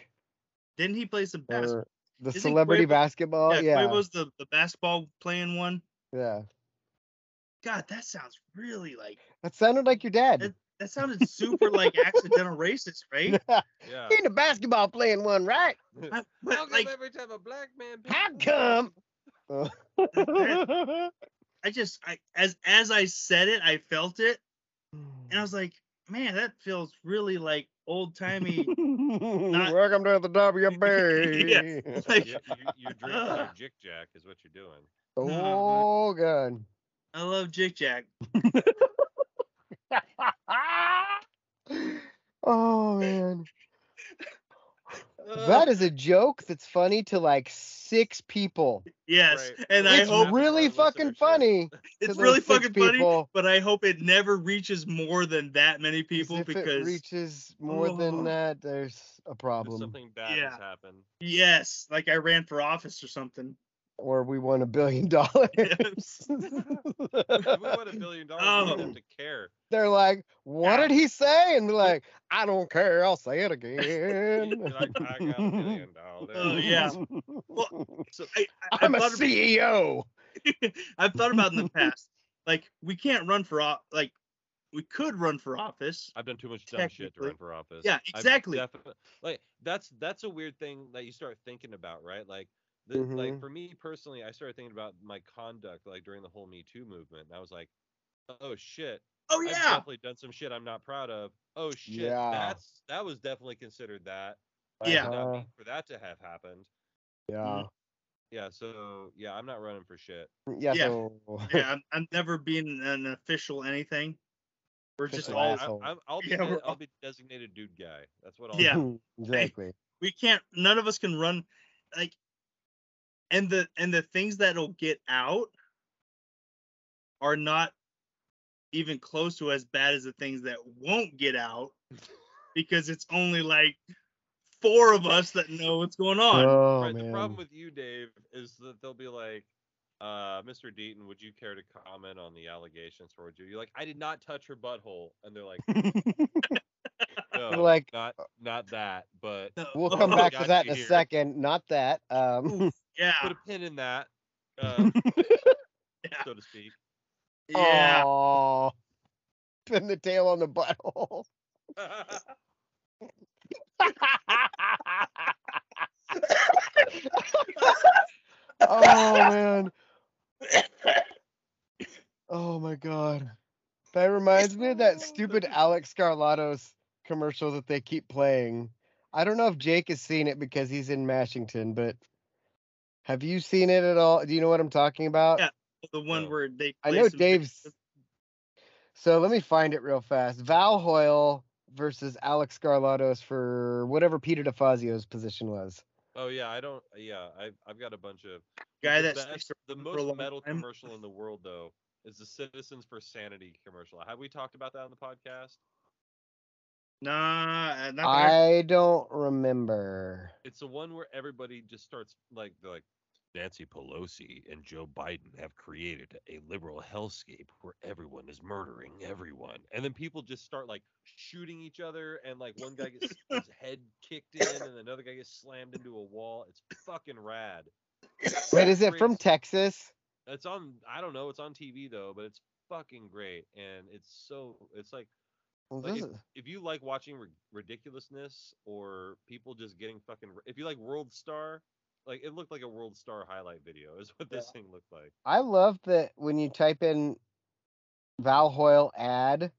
Didn't he play some basketball? or the Isn't celebrity Quavo- basketball. Oh, Yeah, Quavo's the, the basketball playing one. yeah. God, that sounds really like That sounded like your dad. that sounded super like accidental racist, right? Yeah. uh He in the basketball playing one, right? I- but, How come like every time a black man picks How on- come? I just I as as I said it, I felt it, and I was like, man, that feels really like old timey. Welcome to the WB. Yeah. You, like, you, you're drinking your Jick Jack is what you're doing. Oh, God. I love Jick Jack. oh, man. Uh, That is a joke that's funny to like six people. yes, Right. and I It's hope really Half of our fucking listenership. funny. to it's those really six fucking funny. people, But I hope it never reaches more than that many 'cause people if because it reaches more Oh. than that, there's a If problem. something bad Yeah. has happened. yes, like I ran for office or something. Or we won a billion dollars. If we won a billion dollars, we Oh. wouldn't have to care. They're like, what Yeah. did he say? And they're like, I don't care. I'll say it again. You're like, I got a billion dollars. Oh, yeah. So, I, I, I'm I a E thought ab- CEO. I've thought about in the past, like we can't run for off. Like we could run for office. I've done too much dumb shit to Technically. run for office. Yeah, I've exactly. defi- like that's that's a weird thing that you start thinking about, right? Like, the, Mhm. like for me personally, I started thinking about my conduct like during the whole Me Too movement, and I was like, oh shit, Oh I've yeah, definitely done some shit I'm not proud of. Oh shit, Yeah. that's that was definitely considered that. I did Yeah. not Uh-huh. mean for that to have happened. Yeah. Yeah, so yeah, I'm not running for shit. Mm, Yeah. Yeah. So, yeah. I'm, I'm never being an official anything. We're just Official all. ass. asshole. I, I'm, I'll be Yeah, de- we're I'll all- be designated dude guy. That's what I'll. Yeah. exactly. We can't. None of us can run. Like, and the and the things that'll get out are not even close to as bad as the things that won't get out because it's only like four of us that know what's going on. Oh, right, man. the problem with you, Dave, is that they'll be like, uh, "Mr. Deaton, would you care to comment on the allegations towards you?" You're like, "I did not touch her butthole," and they're like, "No, like, uh, not not that, but No. we'll come back to Oh, got that you in a here. second. Not that. Um, Yeah. put a pin in that, uh, Yeah. so to speak." Yeah. aw. Pin the tail on the butthole. oh man. Oh my god. That reminds me of that stupid Alex Scarlatos commercial that they keep playing. I don't know if Jake has seen it because he's in Mashington, but have you seen it at all? Do you know what I'm talking about? Yeah, the one No. where they. I play know some Dave's. pictures. So let me find it real fast. Val Hoyle versus Alex Scarlatos for whatever Peter DeFazio's position was. oh yeah, I don't. Yeah, I've I've got a bunch of guy the that best- sticks the around for a most long metal time. commercial in the world though is the Citizens for Sanity commercial. Have we talked about that on the podcast? Nah, uh, not that I- I don't remember. It's the one where everybody just starts like they're like Nancy Pelosi and Joe Biden have created a liberal hellscape where everyone is murdering everyone. And then people just start like shooting each other and like one guy gets his head kicked in and another guy gets slammed into a wall. It's fucking rad. Wait, is it from Crazy. Texas? It's on I don't know, it's on TV though, but it's fucking great and it's so it's like Well, Like, this if you like watching ri- ridiculousness or people just getting fucking if you like world star like it looked like a world star highlight video is what this thing looked like I love that when you type in Val Hoyle ad,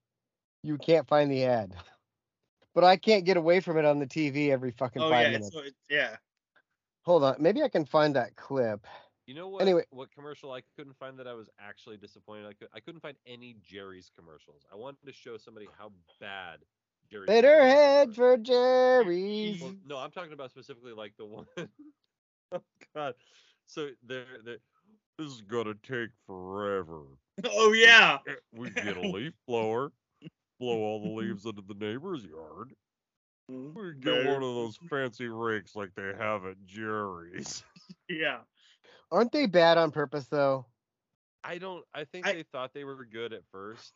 you can't find the ad. But I can't get away from it on the TV every fucking Oh five yeah, minutes. it's, so it's- yeah. Hold on, maybe I can find that clip. you know what Anyway. what commercial i couldn't find that i was actually disappointed i, could, I couldn't find any jerry's commercials i wanted to show somebody how bad jerry's commercials Bitterhead were. for Jerry's. Well, no, I'm talking about specifically like the one oh God. So they're, they're, this is gonna take forever. Eh, Oh yeah. We get a leaf blower, blow all the leaves into the neighbor's yard, We get Better. one of those fancy rakes like they have at Jerry's. Yeah. Aren't they bad on purpose though? I don't. I think I- they thought they were good at first,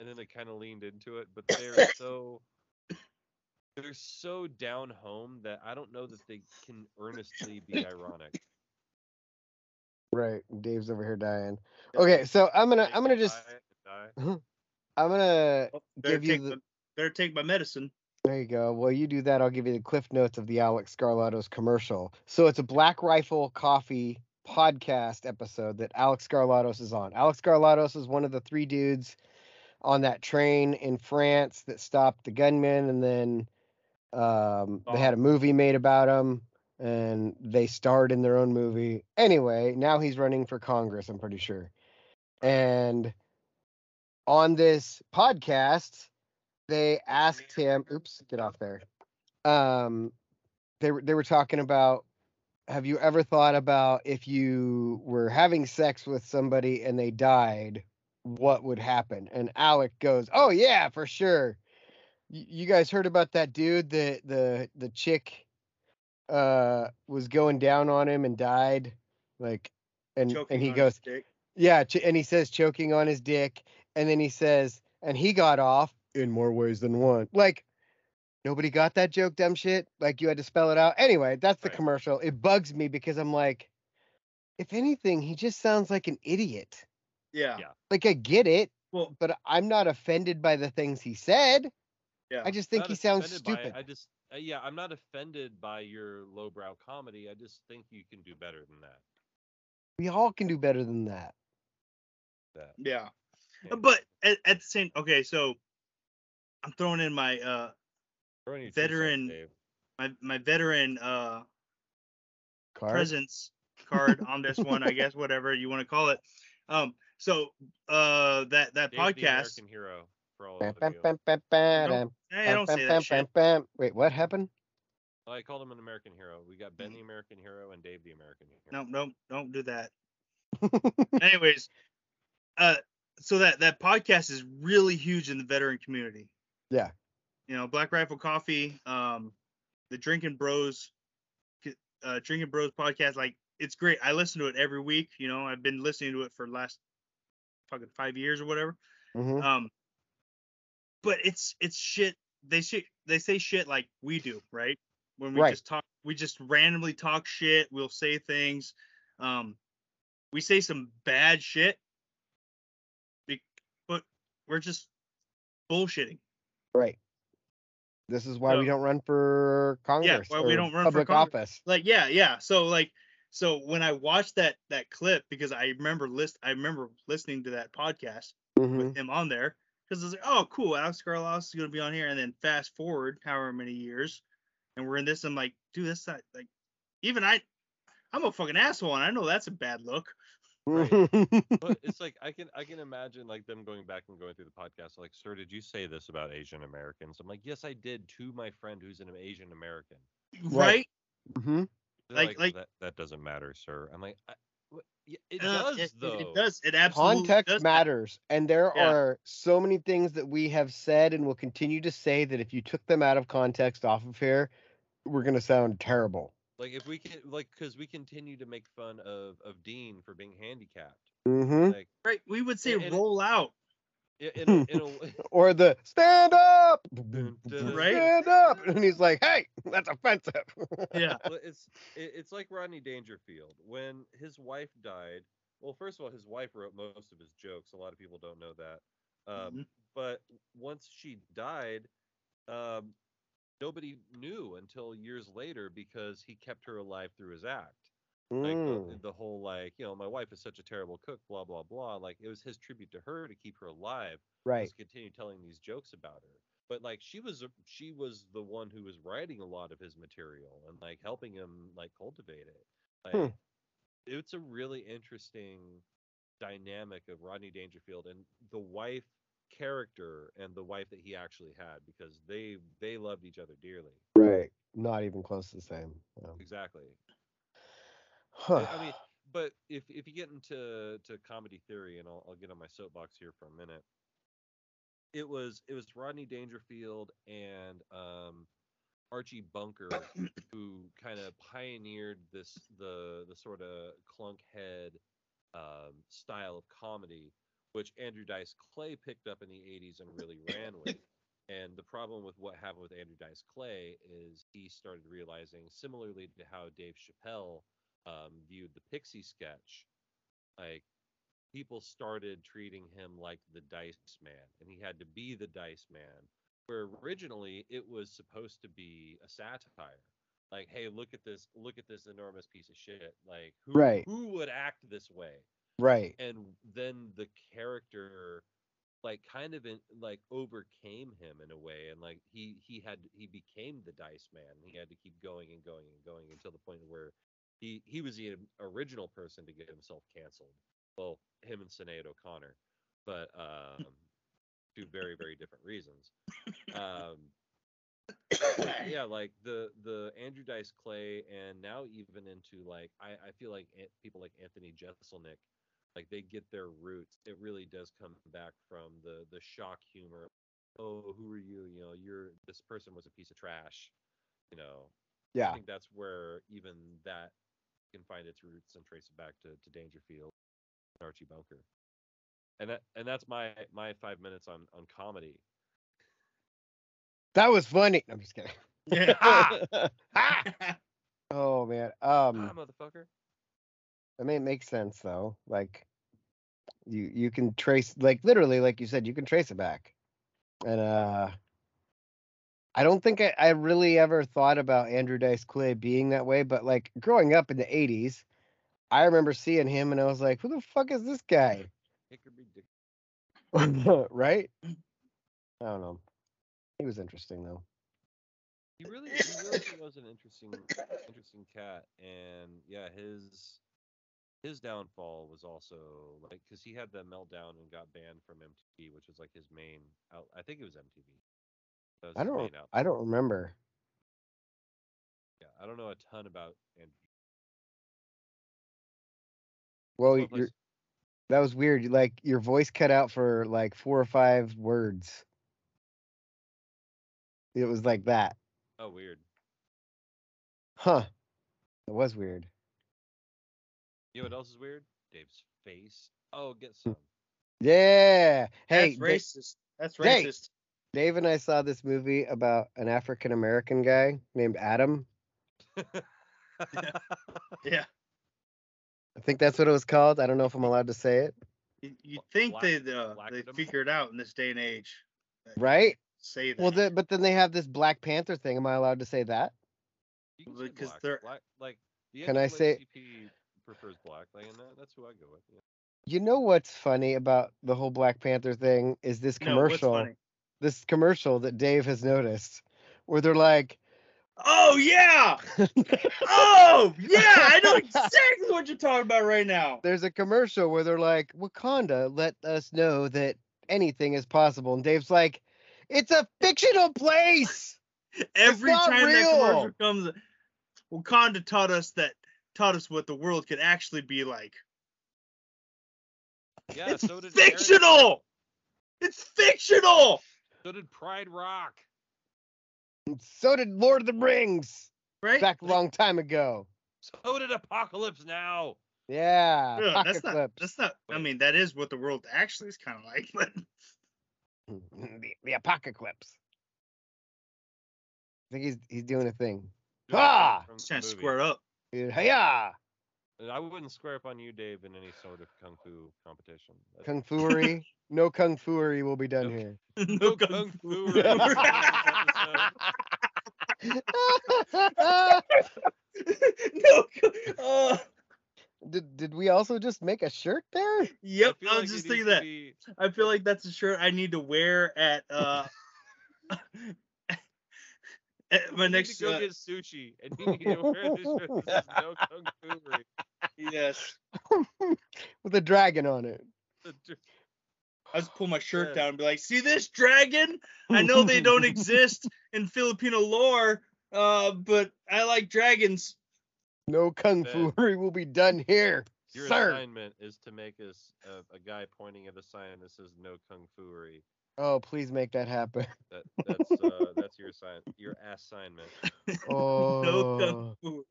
and then they kind of leaned into it. But they're so they're so down home that I don't know that they can earnestly be ironic. Right. Dave's over here dying. Okay, so I'm gonna I'm gonna They just die and I'm gonna Better Give you take, the- my, better take my medicine. There you go. Well, you do that. I'll give you the Cliff Notes of the Alex Scarlatos commercial. So it's a Black Rifle Coffee podcast episode that Alex Scarlatos is on. Alex Scarlatos is one of the three dudes on that train in France that stopped the gunman, and then um, they had a movie made about him, and they starred in their own movie. Anyway, now he's running for Congress. I'm pretty sure, and on this podcast they asked him oops get off there um they were they were talking about have you ever thought about if you were having sex with somebody and they died what would happen and alec goes oh yeah for sure Y- you guys heard about that dude the the the chick uh was going down on him and died like and Choking and he on goes his dick. yeah, ch- and he says choking on his dick, and then he says, and he got off in more ways than one. Like nobody got that joke, dumb shit. Like you had to spell it out. Anyway, that's the Right. commercial. It bugs me because I'm like, if anything, he just sounds like an idiot. Yeah. Yeah. Like I get it, Well, but I'm not offended by the things he said. Yeah. I just think Not he sounds offended by it, stupid. I just uh, yeah, I'm not offended by your lowbrow comedy. I just think you can do better than that. We all can do better than that. that yeah. Uh, yeah. But at, at the same, okay, so I'm throwing in my uh Throw in your two cents, veteran- Dave. my my veteran uh Card? presence card on this one, I guess, whatever you want to call it. Um, so uh that Dave's that the podcast. American hero for all Bam, of bam, you. bam, bam, bam, Hey, I bam, don't say bam, that bam, shit. bam, bam. Wait, what happened? I called him an American hero. We got Ben the American hero and Dave the American hero. No, no, don't do that. Anyways, uh, so that that podcast is really huge in the veteran community. Yeah. You know, Black Rifle Coffee, um, the Drinking Bros, uh, Drinking Bros podcast. Like, it's great. I listen to it every week. You know, I've been listening to it for the last fucking five years or whatever. Mhm. Um, but it's it's shit. They shit. They say shit like we do, right? When we Right. just talk, we just randomly talk shit. We'll say things. Um, we say some bad shit, be- but we're just bullshitting. Right. This is why we So- don't run for Congress. why we or don't run for public Congress. office. Like, yeah, yeah. So like, so when I watched that that clip because I remember list, I remember listening to that podcast. Mhm. with him on there because it's like, oh, cool, Alex Carlos is gonna be on here, and then fast forward however many years, and we're in this. I'm like, dude, that's not like, even I, I'm a fucking asshole, and I know that's a bad look. but it's like I can I can imagine like them going back and going through the podcast like, sir, did you say this about Asian Americans? I'm like, yes, I did to my friend who's an Asian American. Right? Mhm. They're Like- like- that, that doesn't matter, sir. I'm like, I, what- yeah, it Uh, does it, though. It, does. It absolutely Context does. matters. And there Yeah. are so many things that we have said and will continue to say that if you took them out of context off of here, we're going to sound terrible. Like if we can like because we continue to make fun of of Dean for being handicapped. hmm Like Right? We would say And- and- roll out. i- in a, in a, Or the stand up, Dun, dun. Right? stand up. And he's like, hey, that's offensive. Yeah. Well, it's it, it's like Rodney Dangerfield when his wife died. Well, first of all, his wife wrote most of his jokes. A lot of people don't know that. Um, Mhm. But once she died, um, nobody knew until years later because he kept her alive through his act. Like the, Mm. the whole like you know my wife is such a terrible cook, blah blah blah. Like it was his tribute to her to keep her alive Right. was continue telling these jokes about her. But like she was a- she was the one who was writing a lot of his material and like helping him like cultivate it. Like Hmm. it's a really interesting dynamic of Rodney Dangerfield and the wife character and the wife that he actually had because they they loved each other dearly. Right. Not even close to the same. Yeah. Exactly. Huh. I I mean, but if if you get into to comedy theory, and I'll, I'll get on my soapbox here for a minute, it was it was Rodney Dangerfield and um, Archie Bunker who kind of pioneered this the the sort of clunk head um, style of comedy, which Andrew Dice Clay picked up in the '80s and really ran with. And the problem with what happened with Andrew Dice Clay is he started realizing, similarly to how Dave Chappelle um, viewed the Pixie sketch, like people started treating him like the Dice Man, and he had to be the Dice Man. Where originally it was supposed to be a satire, like, "Hey, look at this! Look at this enormous piece of shit! Like, who Right. who would act this way?" Right. and then the character like kind of in, like overcame him in a way and like he he had he became the dice man he had to keep going and going and going until the point where he he was the original person to get himself canceled well him and Sinead O'Connor but um two very very different reasons um but yeah, like the the Andrew Dice Clay, and now even into like I, I feel like an- people like Anthony Jeselnik, like they get their roots. It really does come back from the the shock humor. Oh, who are you? You know, you're this person was a piece of trash. You know, I Yeah. think that's where even that can find its roots and trace it back to, to Dangerfield and Archie Bunker. And that and that's my my five minutes on on comedy. That was funny. I'm just kidding. Yeah. ah, Oh man. Um. motherfucker. I mean, it makes sense though. Like, you you can trace like literally, like you said, you can trace it back. And uh, I don't think I, I really ever thought about Andrew Dice Clay being that way. But like growing up in the '80s, I remember seeing him and I was like, who the fuck is this guy? Hickory Dick. right? I don't know. He was interesting though. He really, he really was an interesting, interesting cat, and yeah, his his downfall was also like because he had that meltdown and got banned from MTV, which was like his main. Out, I think it was MTV. That was I his don't. main outlet. I don't remember. Yeah, I don't know a ton about Andrew. Well, Well, your that was weird. You, Like your voice cut out for like four or five words. It was like that, Oh, weird. huh? It was weird. You know what else is weird? Dave's face. Oh, get Hmm. some. Yeah. Hey, That's Da- racist. That's Hey. racist. Dave and I saw this movie about an African American guy named Adam. Yeah. I think that's what it was called. I don't know if I'm allowed to say it. You- You'd think Black- they'd uh, black they them. figure it out in this day and age. Right? Say that. Well, the, but then they have this Black Panther thing. Am I allowed to say that? You can say Because black. they're- black. Like the Can I say- NAACP prefers black, like, and that, that's who I go with. Yeah. You know what's funny about the whole Black Panther thing is this No, what's commercial. funny? this commercial that Dave has noticed where they're like, Oh yeah! Oh yeah! I know exactly what you're talking about right now. there's a commercial where they're like, Wakanda let us know that anything is possible. And Dave's like, it's a fictional place. Every not time that real. commercial comes, Wakanda taught us that taught us what the world could actually be like. Yeah, it's so did Eric- fictional. It's fictional, So did Pride Rock. And so did Lord of the Rings right? back a long time ago. So did Apocalypse Now. Yeah. Yeah, pocket that's not. clips. That's not. I Wait. mean, that is what the world actually is kind of like. But the, the apocalypse. I think he's he's doing a thing. No, Ah! from just trying to the movie. square up. Dude, Hiya! And I wouldn't square up on you, Dave, in any sort of kung fu competition. That's- Kung Fury. no Kung Fury will be done Nope. here. no kung fu. Fury. in this episode. no. Uh, did did we also just make a shirt there? I yep. feel I, like was it just needs thinking to that. be- I feel like that's a shirt I need to wear at uh at you my need next to go uh, get sushi, and you need to wear this shirt that says no kung fu. yes. With a dragon on it. I just pull my shirt Yeah. down and be like, "See this dragon? I know they don't exist in Filipino lore, uh, but I like dragons." no Kung Ben. Fury will be done here, Your sir. uh, assignment is to make us a, a guy pointing at a sign that says no kung fury Oh, please make that happen. That, that's uh, that's your assign your assignment. No Oh tomfoolery.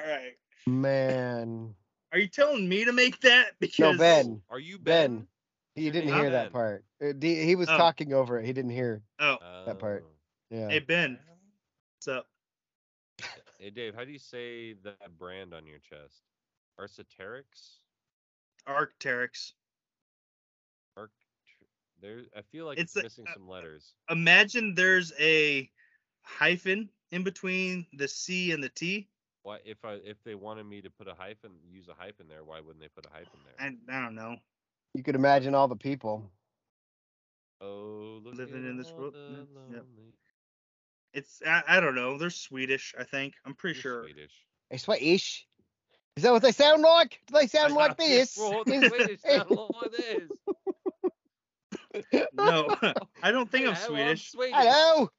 All right. man. Are you telling me to make that? Because No, Ben. Are you Ben? Ben. He didn't hear that Ben. part. Uh, d- He was Oh. talking over it. He didn't hear. Oh, That part. Oh. Yeah. hey Ben. What's up? Hey Dave, how do you say that brand on your chest? Arceterix? Arcteryx. Arc there I feel like It's it's, a- uh, missing some letters. Imagine there's a hyphen in between the C and the T. Why if I if they wanted me to put a hyphen use a hyphen there, why wouldn't they put a hyphen there? I, I don't know. You could imagine all the people. oh look living at in this all world- the yeah, yep. lonely- It's I, I don't know. They're Swedish, I think. I'm pretty You're sure. Swedish. Hey, Swedish. Is that what they sound like? Do they sound like this? Well, the Swedish sound like this. No, I don't think I'm Hello, Swedish. Hello.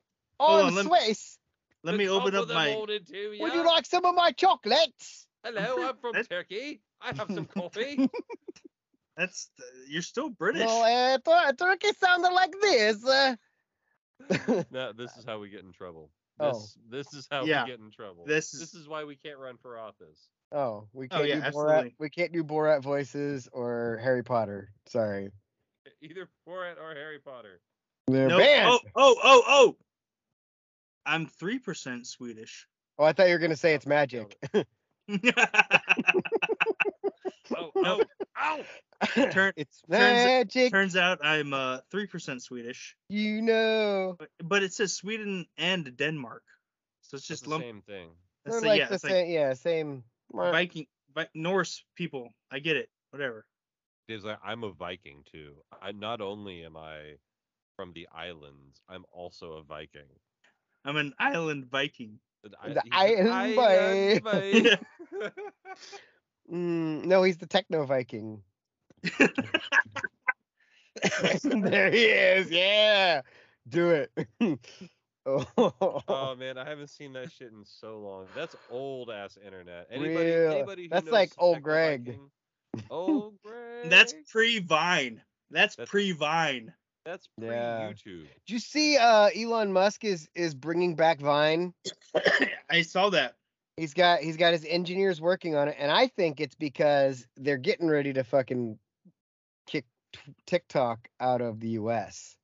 Hold I'm on, lem- Swiss. Let me The top open of up the my. molded too, Would yeah. you like some of my chocolates? Hello, I'm from That's- Turkey. I have some coffee. That's you're still British. Well, uh, tur- turkey sounded like this. Uh, no, this is how we get in trouble. Oh. This this is how Yeah. we get in trouble. This is- this is why we can't run for office. oh, we Oh, can't yeah, do Borat. absolutely. We can't do Borat voices or Harry Potter. Sorry, Either Borat or Harry Potter. they're No. banned. Oh, Oh. oh, oh, oh. I'm three percent Swedish. Oh, I thought you were gonna say it's magic. Oh, no. Ow! Turn- it's turns- magic. Turns out I'm uh three percent Swedish, You know, but, but it says Sweden and Denmark, so it's It's just the lump. same thing. they're It's like yeah, the it's same. like yeah, same. Viking, Vi- Norse people. I get it. Whatever. Dave's like, I'm a Viking too. I not only am I from the islands, I'm also a Viking. I'm an island Viking. The, The island boy. Mm, no, he's the techno Viking. there he is. Yeah, do it. oh. Uh, oh man, I haven't seen that shit in so long. That's old ass internet. Anybody, Real. anybody who That's knows like old Techno Greg. Viking- Old Greg. That's pre Vine. That's That's- pre Vine. That's pre Yeah. YouTube. Did you see uh Elon Musk is is bringing back Vine? I saw that. He's got he's got his engineers working on it and I think it's because they're getting ready to fucking kick t- TikTok out of the US.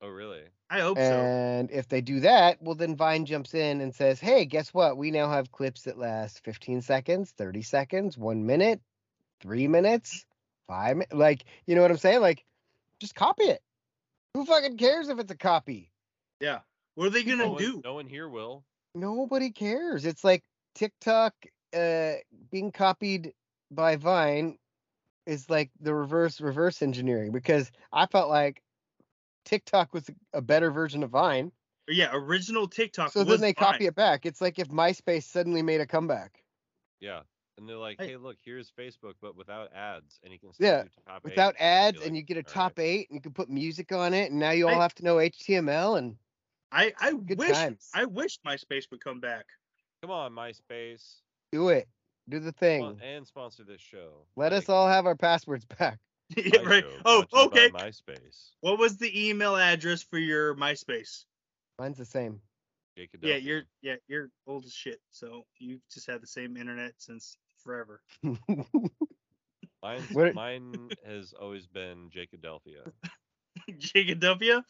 Oh really? I hope so. And if they do that, well then Vine jumps in and says, "Hey, guess what? We now have clips that last 15 seconds, 30 seconds, 1 minute, 3 minutes, 5 mi- like, you know what I'm saying? Like just copy it. Who fucking cares if it's a copy? Yeah. What are they No gonna one, do? no one here will. nobody cares. It's like TikTok uh, being copied by Vine is like the reverse reverse engineering because I felt like TikTok was a better version of Vine. Yeah, original TikTok. So was then they Vine. copy it back. It's like if MySpace suddenly made a comeback Yeah. And they're like, Hey. hey, look, here's Facebook, but without ads, and you can still Yeah, do top eight. without And you'd be ads like, and you get a "All top right." eight and you can put music on it and now you all Hey. have to know HTML and I I Good wish times. I wish MySpace would come back. Come on, MySpace, do it. Do the thing. spon- and sponsor this show. Let us Like, all have our passwords back. Yeah, my right. show Oh, brought to you by okay. MySpace. What was the email address for your MySpace? Mine's the same. Jake Adelphi. Yeah, you're yeah you're old as shit. So you've just had the same internet since forever. Mine's, What- Mine has always been Jake Adelphia. Jacob W,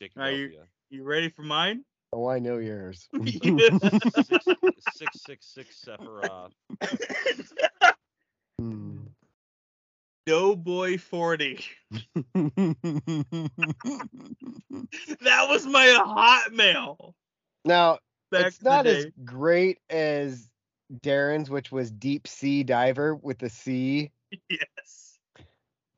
Jake Are you- Adelphia. you ready for mine? Oh, I know yours. Six- 666 Sephiroth. Hmm. no boy forty. That was my hotmail now back it's in the not day. as great as Darren's, which was deep sea diver with the sea, yes.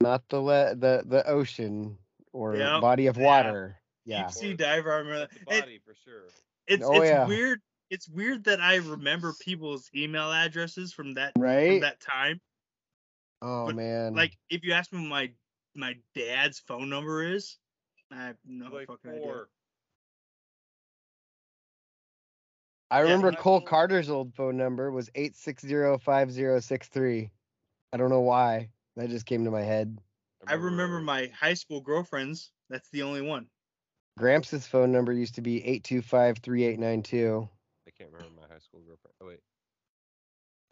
not the le- the the ocean or Yep, body of yeah. water. Yeah, Deep sea diver. I remember The that. And- body for sure. It's Oh, it's yeah. weird. It's weird that I remember people's email addresses from that from right. that time. oh but, man, Like if you ask me what my my dad's phone number is, I have no like fucking idea. four. I yeah, remember when I Cole pulled- Carter's old phone number was eight six zero five zero six three. I don't know why that just came to my head. I remember my high school girlfriends. That's the only one. Gramps' phone number used to be 825 3892. I can't remember my high school girlfriend. Oh wait.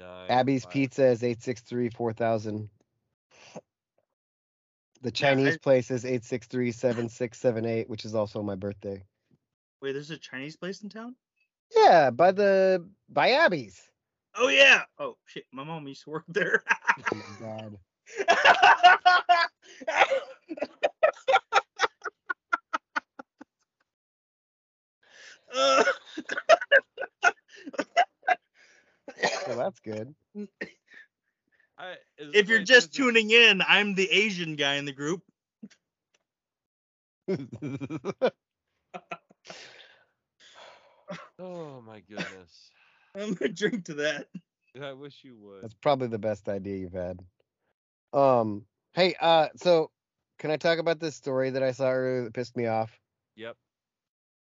Nine, Abby's five- Pizza is 863 4000. The Yeah, I- Chinese place is 863 7678, which is also my birthday. Wait, there's a Chinese place in town? Yeah, by the by Abby's. Oh yeah. Oh shit, my mom used to work there. Oh my god. Uh, Well, that's good. I, is- if you're wait, just is it- tuning in, I'm the Asian guy in the group. Oh my goodness. I'm gonna drink to that. I wish you would. That's probably the best idea you've had. Um, hey, uh, so can I talk about this story that I saw earlier that pissed me off? Yep.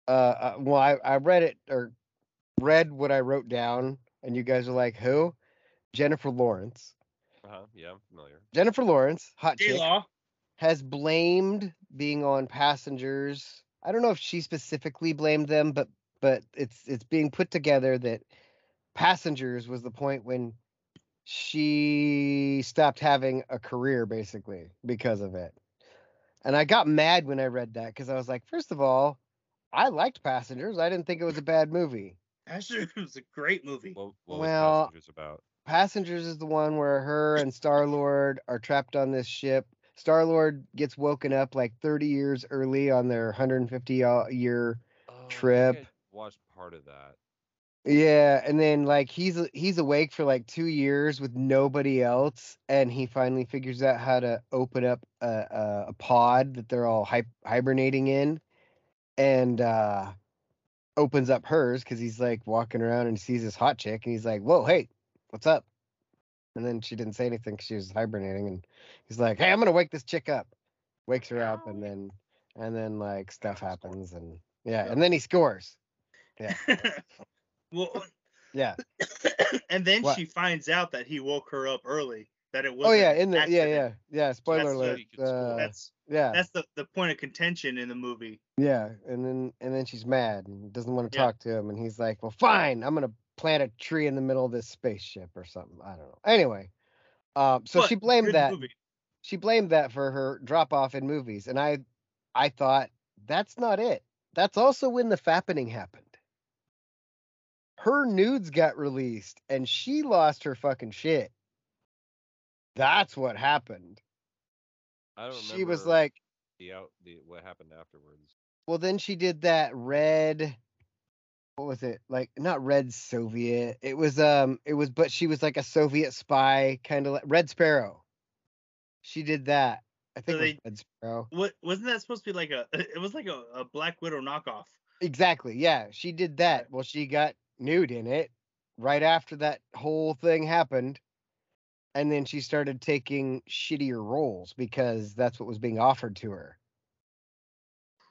Uh, uh well, I, I read it or read what I wrote down, and you guys are like, who? Jennifer Lawrence. Uh-huh. Yeah, I'm familiar. Jennifer Lawrence, hot J chick, Law. has blamed being on passengers. I don't know if she specifically blamed them, but but it's it's being put together that passengers was the point when she stopped having a career basically because of it. And I got mad when I read that because I was like, first of all, I liked Passengers. I didn't think it was a bad movie. Actually, it was a great movie. What, what Well- was Passengers about? Passengers is the one where her and Star Lord are trapped on this ship. Star Lord gets woken up like 30 years early on their 150 y- year. Oh, I think Trip. I watched part of that. Yeah, and then like he's uh, he's awake for like 2 years with nobody else and he finally figures out how to open up a a, a pod that they're all hi- hibernating in and uh opens up hers cuz he's like walking around and sees this hot chick and he's like, "Whoa, hey, what's up?" And then she didn't say anything 'cause she was hibernating, and he's like, "Hey, I'm gonna wake this chick up." Wakes her up, and then and then like stuff Yeah, score. happens, and yeah, Yeah. and then he scores. well, Yeah. and then What? she finds out that he woke her up early. That it was. Oh yeah, in the yeah yeah accident. yeah. Spoiler that's the- alert. you can score. uh, That's yeah that's the, the point of contention in the movie. yeah, and then and then she's mad and doesn't want to Yeah. talk to him, and he's like, "Well, fine, I'm gonna plant a tree in the middle of this spaceship or something." I don't know. Anyway, um, so she But blamed good that movie. she blamed that for her drop off in movies and i i thought that's not it that's also when the fappening happened her nudes got released and she lost her fucking shit that's what happened I don't remember. she was like the out the what happened afterwards. well then she did that red what was it like not red soviet it was um it was but she was like a soviet spy kind of like red sparrow she did that i think it was they- red sparrow What wasn't that supposed to be like a? It was like a, a Black Widow knockoff. Exactly. Yeah, she did that. Well, she got nude in it right after that whole thing happened. And then she started taking shittier roles because that's what was being offered to her.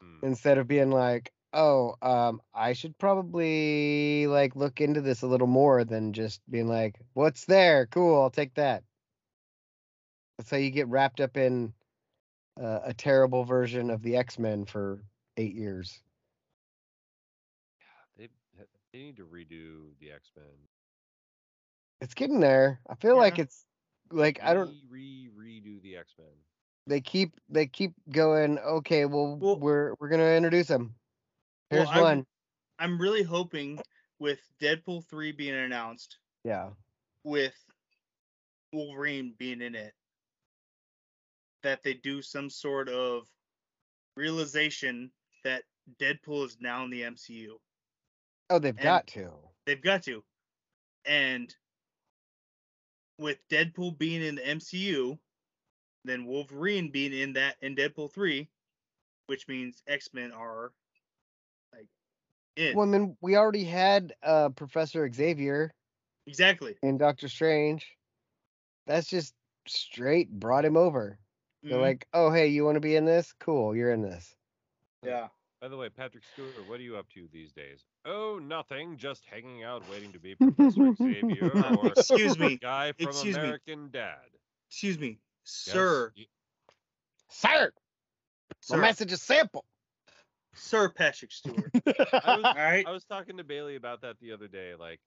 Hmm. Instead of being like, "Oh, um I should probably like look into this a little more than just being like, what's there? Cool, I'll take that." That's how you get wrapped up in uh, a terrible version of the X-Men for 8 years. They they need to redo the X Men. It's getting there. I feel like Yeah. it's like I don't. re redo the X Men. They keep they keep going. Okay, well, Well- we're we're gonna introduce them. Well, Here's I'm- one. I'm really hoping with Deadpool three being announced, Yeah. with Wolverine being in it, that they do some sort of realization that Deadpool is now in the MCU. Oh, they've And- got to. They've got to. And with Deadpool being in the MCU, then Wolverine being in that in Deadpool 3, which means X-Men are like in. Well, I mean, we already had uh Professor Xavier exactly. and Doctor Strange. That's just straight brought him over. They're Mhm. like, oh hey, you want to be in this? Cool, you're in this. yeah. By the way, Patrick Stewart, what are you up to these days? Oh, nothing. Just hanging out, waiting to be Professor Xavier Uh, or excuse me. Er. guy from Excuse me. American Dad. Excuse me. Yes, Sir, you- Sir, Sir, my message is simple. Sir Patrick Stewart. I was, All right. I was talking to Bailey about that the other day. Like,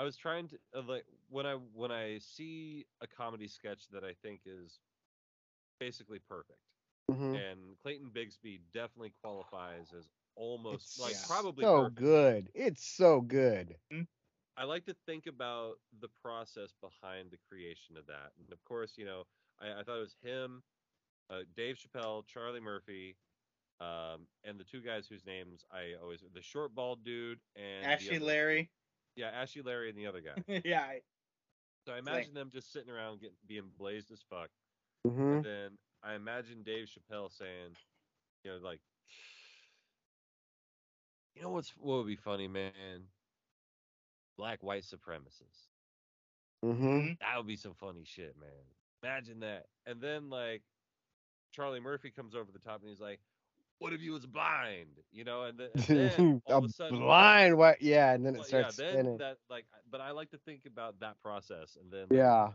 I was trying to uh, like when I when I see a comedy sketch that I think is basically perfect, Mhm. Mm-hmm. and Clayton Bigsby definitely qualifies as almost It's like Yeah. probably so perfect. good. It's so good. I like to think about the process behind the creation of that. And of course, you know, I, I thought it was him, uh, Dave Chappelle, Charlie Murphy, um, and the two guys whose names I always the short bald dude and the Ashley other- Larry. Yeah, Ashley Larry and the other guy. yeah. I- So I Right. imagine them just sitting around getting being blazed as fuck. hmm And then I imagine Dave Chappelle saying, you know, like, you know what's what would be funny, man? Black white supremacists. hmm That would be some funny shit, man. Imagine that. And then like Charlie Murphy comes over the top and he's like, "What if you was blind?" You know, and, the, and then all a of a sudden, blind white. Yeah, and then it Well, starts yeah, then spinning. that like, but I like to think about that process and then like, yeah.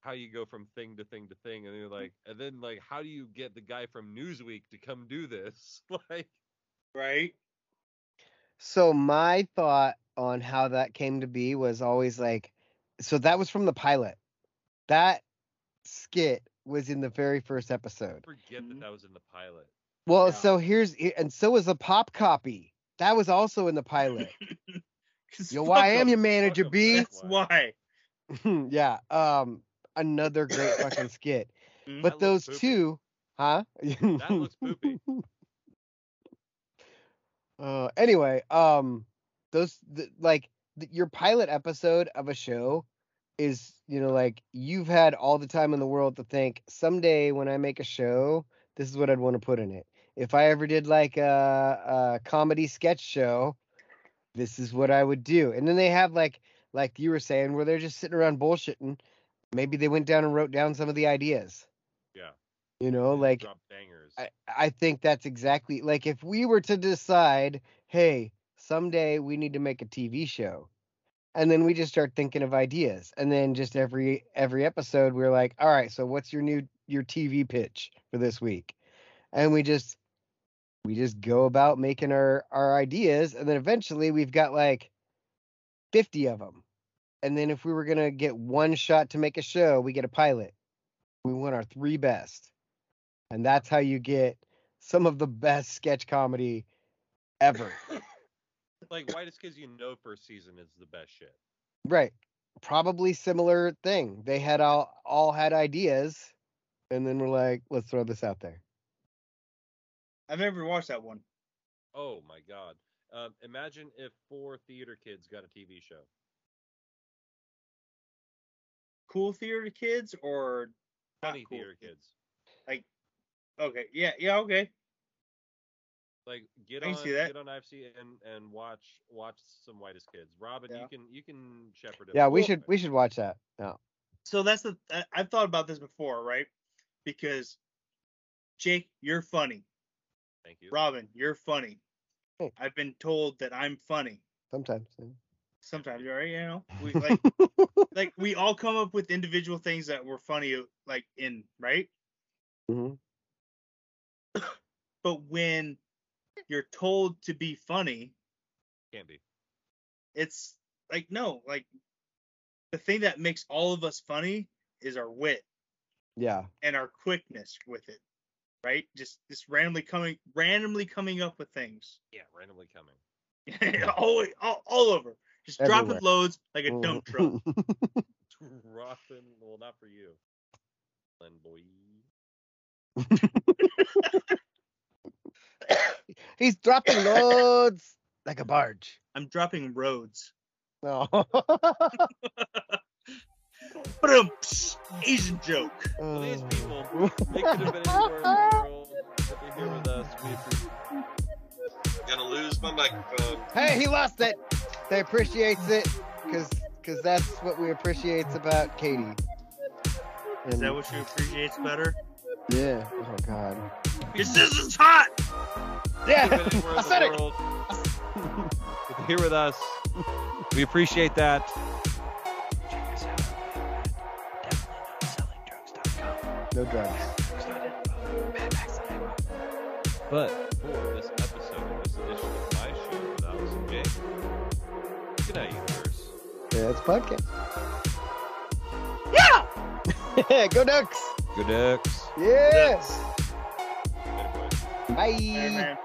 how you go from thing to thing to thing, and you're Mm-hmm. like, and then like, how do you get the guy from Newsweek to come do this? like, Right. So my thought on how that came to be was always like, so that was from the pilot. That skit was in the very first episode. forget Mm-hmm. that that was in the pilot. Well, Yeah. so here's and so was the pop copy. That was also in the pilot. 'Cause Yo, fuck why am 'em. your manager Fuck 'em, B? man. That's why. yeah. Um, another great fucking skit. Mhm. But Mm, That looks those poopy. two, huh? That looks poopy. Uh, anyway, um, those th- like th- your pilot episode of a show is, you know, like you've had all the time in the world to think someday when I make a show, this is what I'd want to put in it. If I ever did like a, a comedy sketch show, this is what I would do. And then they have like, like you were saying, where they're just sitting around bullshitting. Maybe they went down and wrote down some of the ideas. Yeah. You know, They like drop bangers. I, I think that's exactly like if we were to decide, hey, someday we need to make a TV show. And then we just start thinking of ideas. And then just every every episode we're like, all right, so what's your new your TV pitch for this week? And we just we just go about making our our ideas and then eventually we've got like 50 of them. And then if we were going to get one shot to make a show, we get a pilot. We want our three best. And that's how you get some of the best sketch comedy ever. like, why just because you know first season is the best shit? right. Probably similar thing. They had all all had ideas and then we're like, let's throw this out there. I've never watched that one. Oh my god. Um, imagine if four theater kids got a TV show. Cool theater kids or not Funny Ah, cool theater kids. Okay. Yeah. Yeah. Okay. Like get I on can see that. get on IFC and and watch watch some whitest kids. Robin, Yeah. you can you can shepherd it. Yeah, we Well, should we should watch that. No. So that's the I, I've thought about this before, right? Because Jake, you're funny. Thank you. Robin, you're funny. Hey. I've been told that I'm funny. Sometimes. Sometimes, right? You know, we like like we all come up with individual things that were funny, like in right. hmm But when you're told to be funny, Can't be. it's like no, like the thing that makes all of us funny is our wit. Yeah. and our quickness with it, right? Just just randomly coming randomly coming up with things, Yeah, randomly coming. all, all all over, just dropping Everywhere. Mm. loads like a Mm-hmm. dump truck. Robin, well, not for you. Len boy. He's dropping loads like a barge. I'm dropping roads. No. But um, Asian joke. Well, these people, they could have been anywhere in the world. but They're here with us. We appreciate Gonna lose my microphone. hey, he lost it. They appreciates it because because that's what we appreciates about Katie. Is And- that what you appreciates better? Yeah. Oh God. Your sister's hot. Could Yeah. have been anywhere I in said the it. world. If you're here with us, we appreciate that. No drugs. Bye-bye. But for this episode, and this edition of my show, that was Jake. Good night, universe. That's podcast. Yeah! Go Ducks! Good X. Yes! Later, boys. Hey, Bye. man.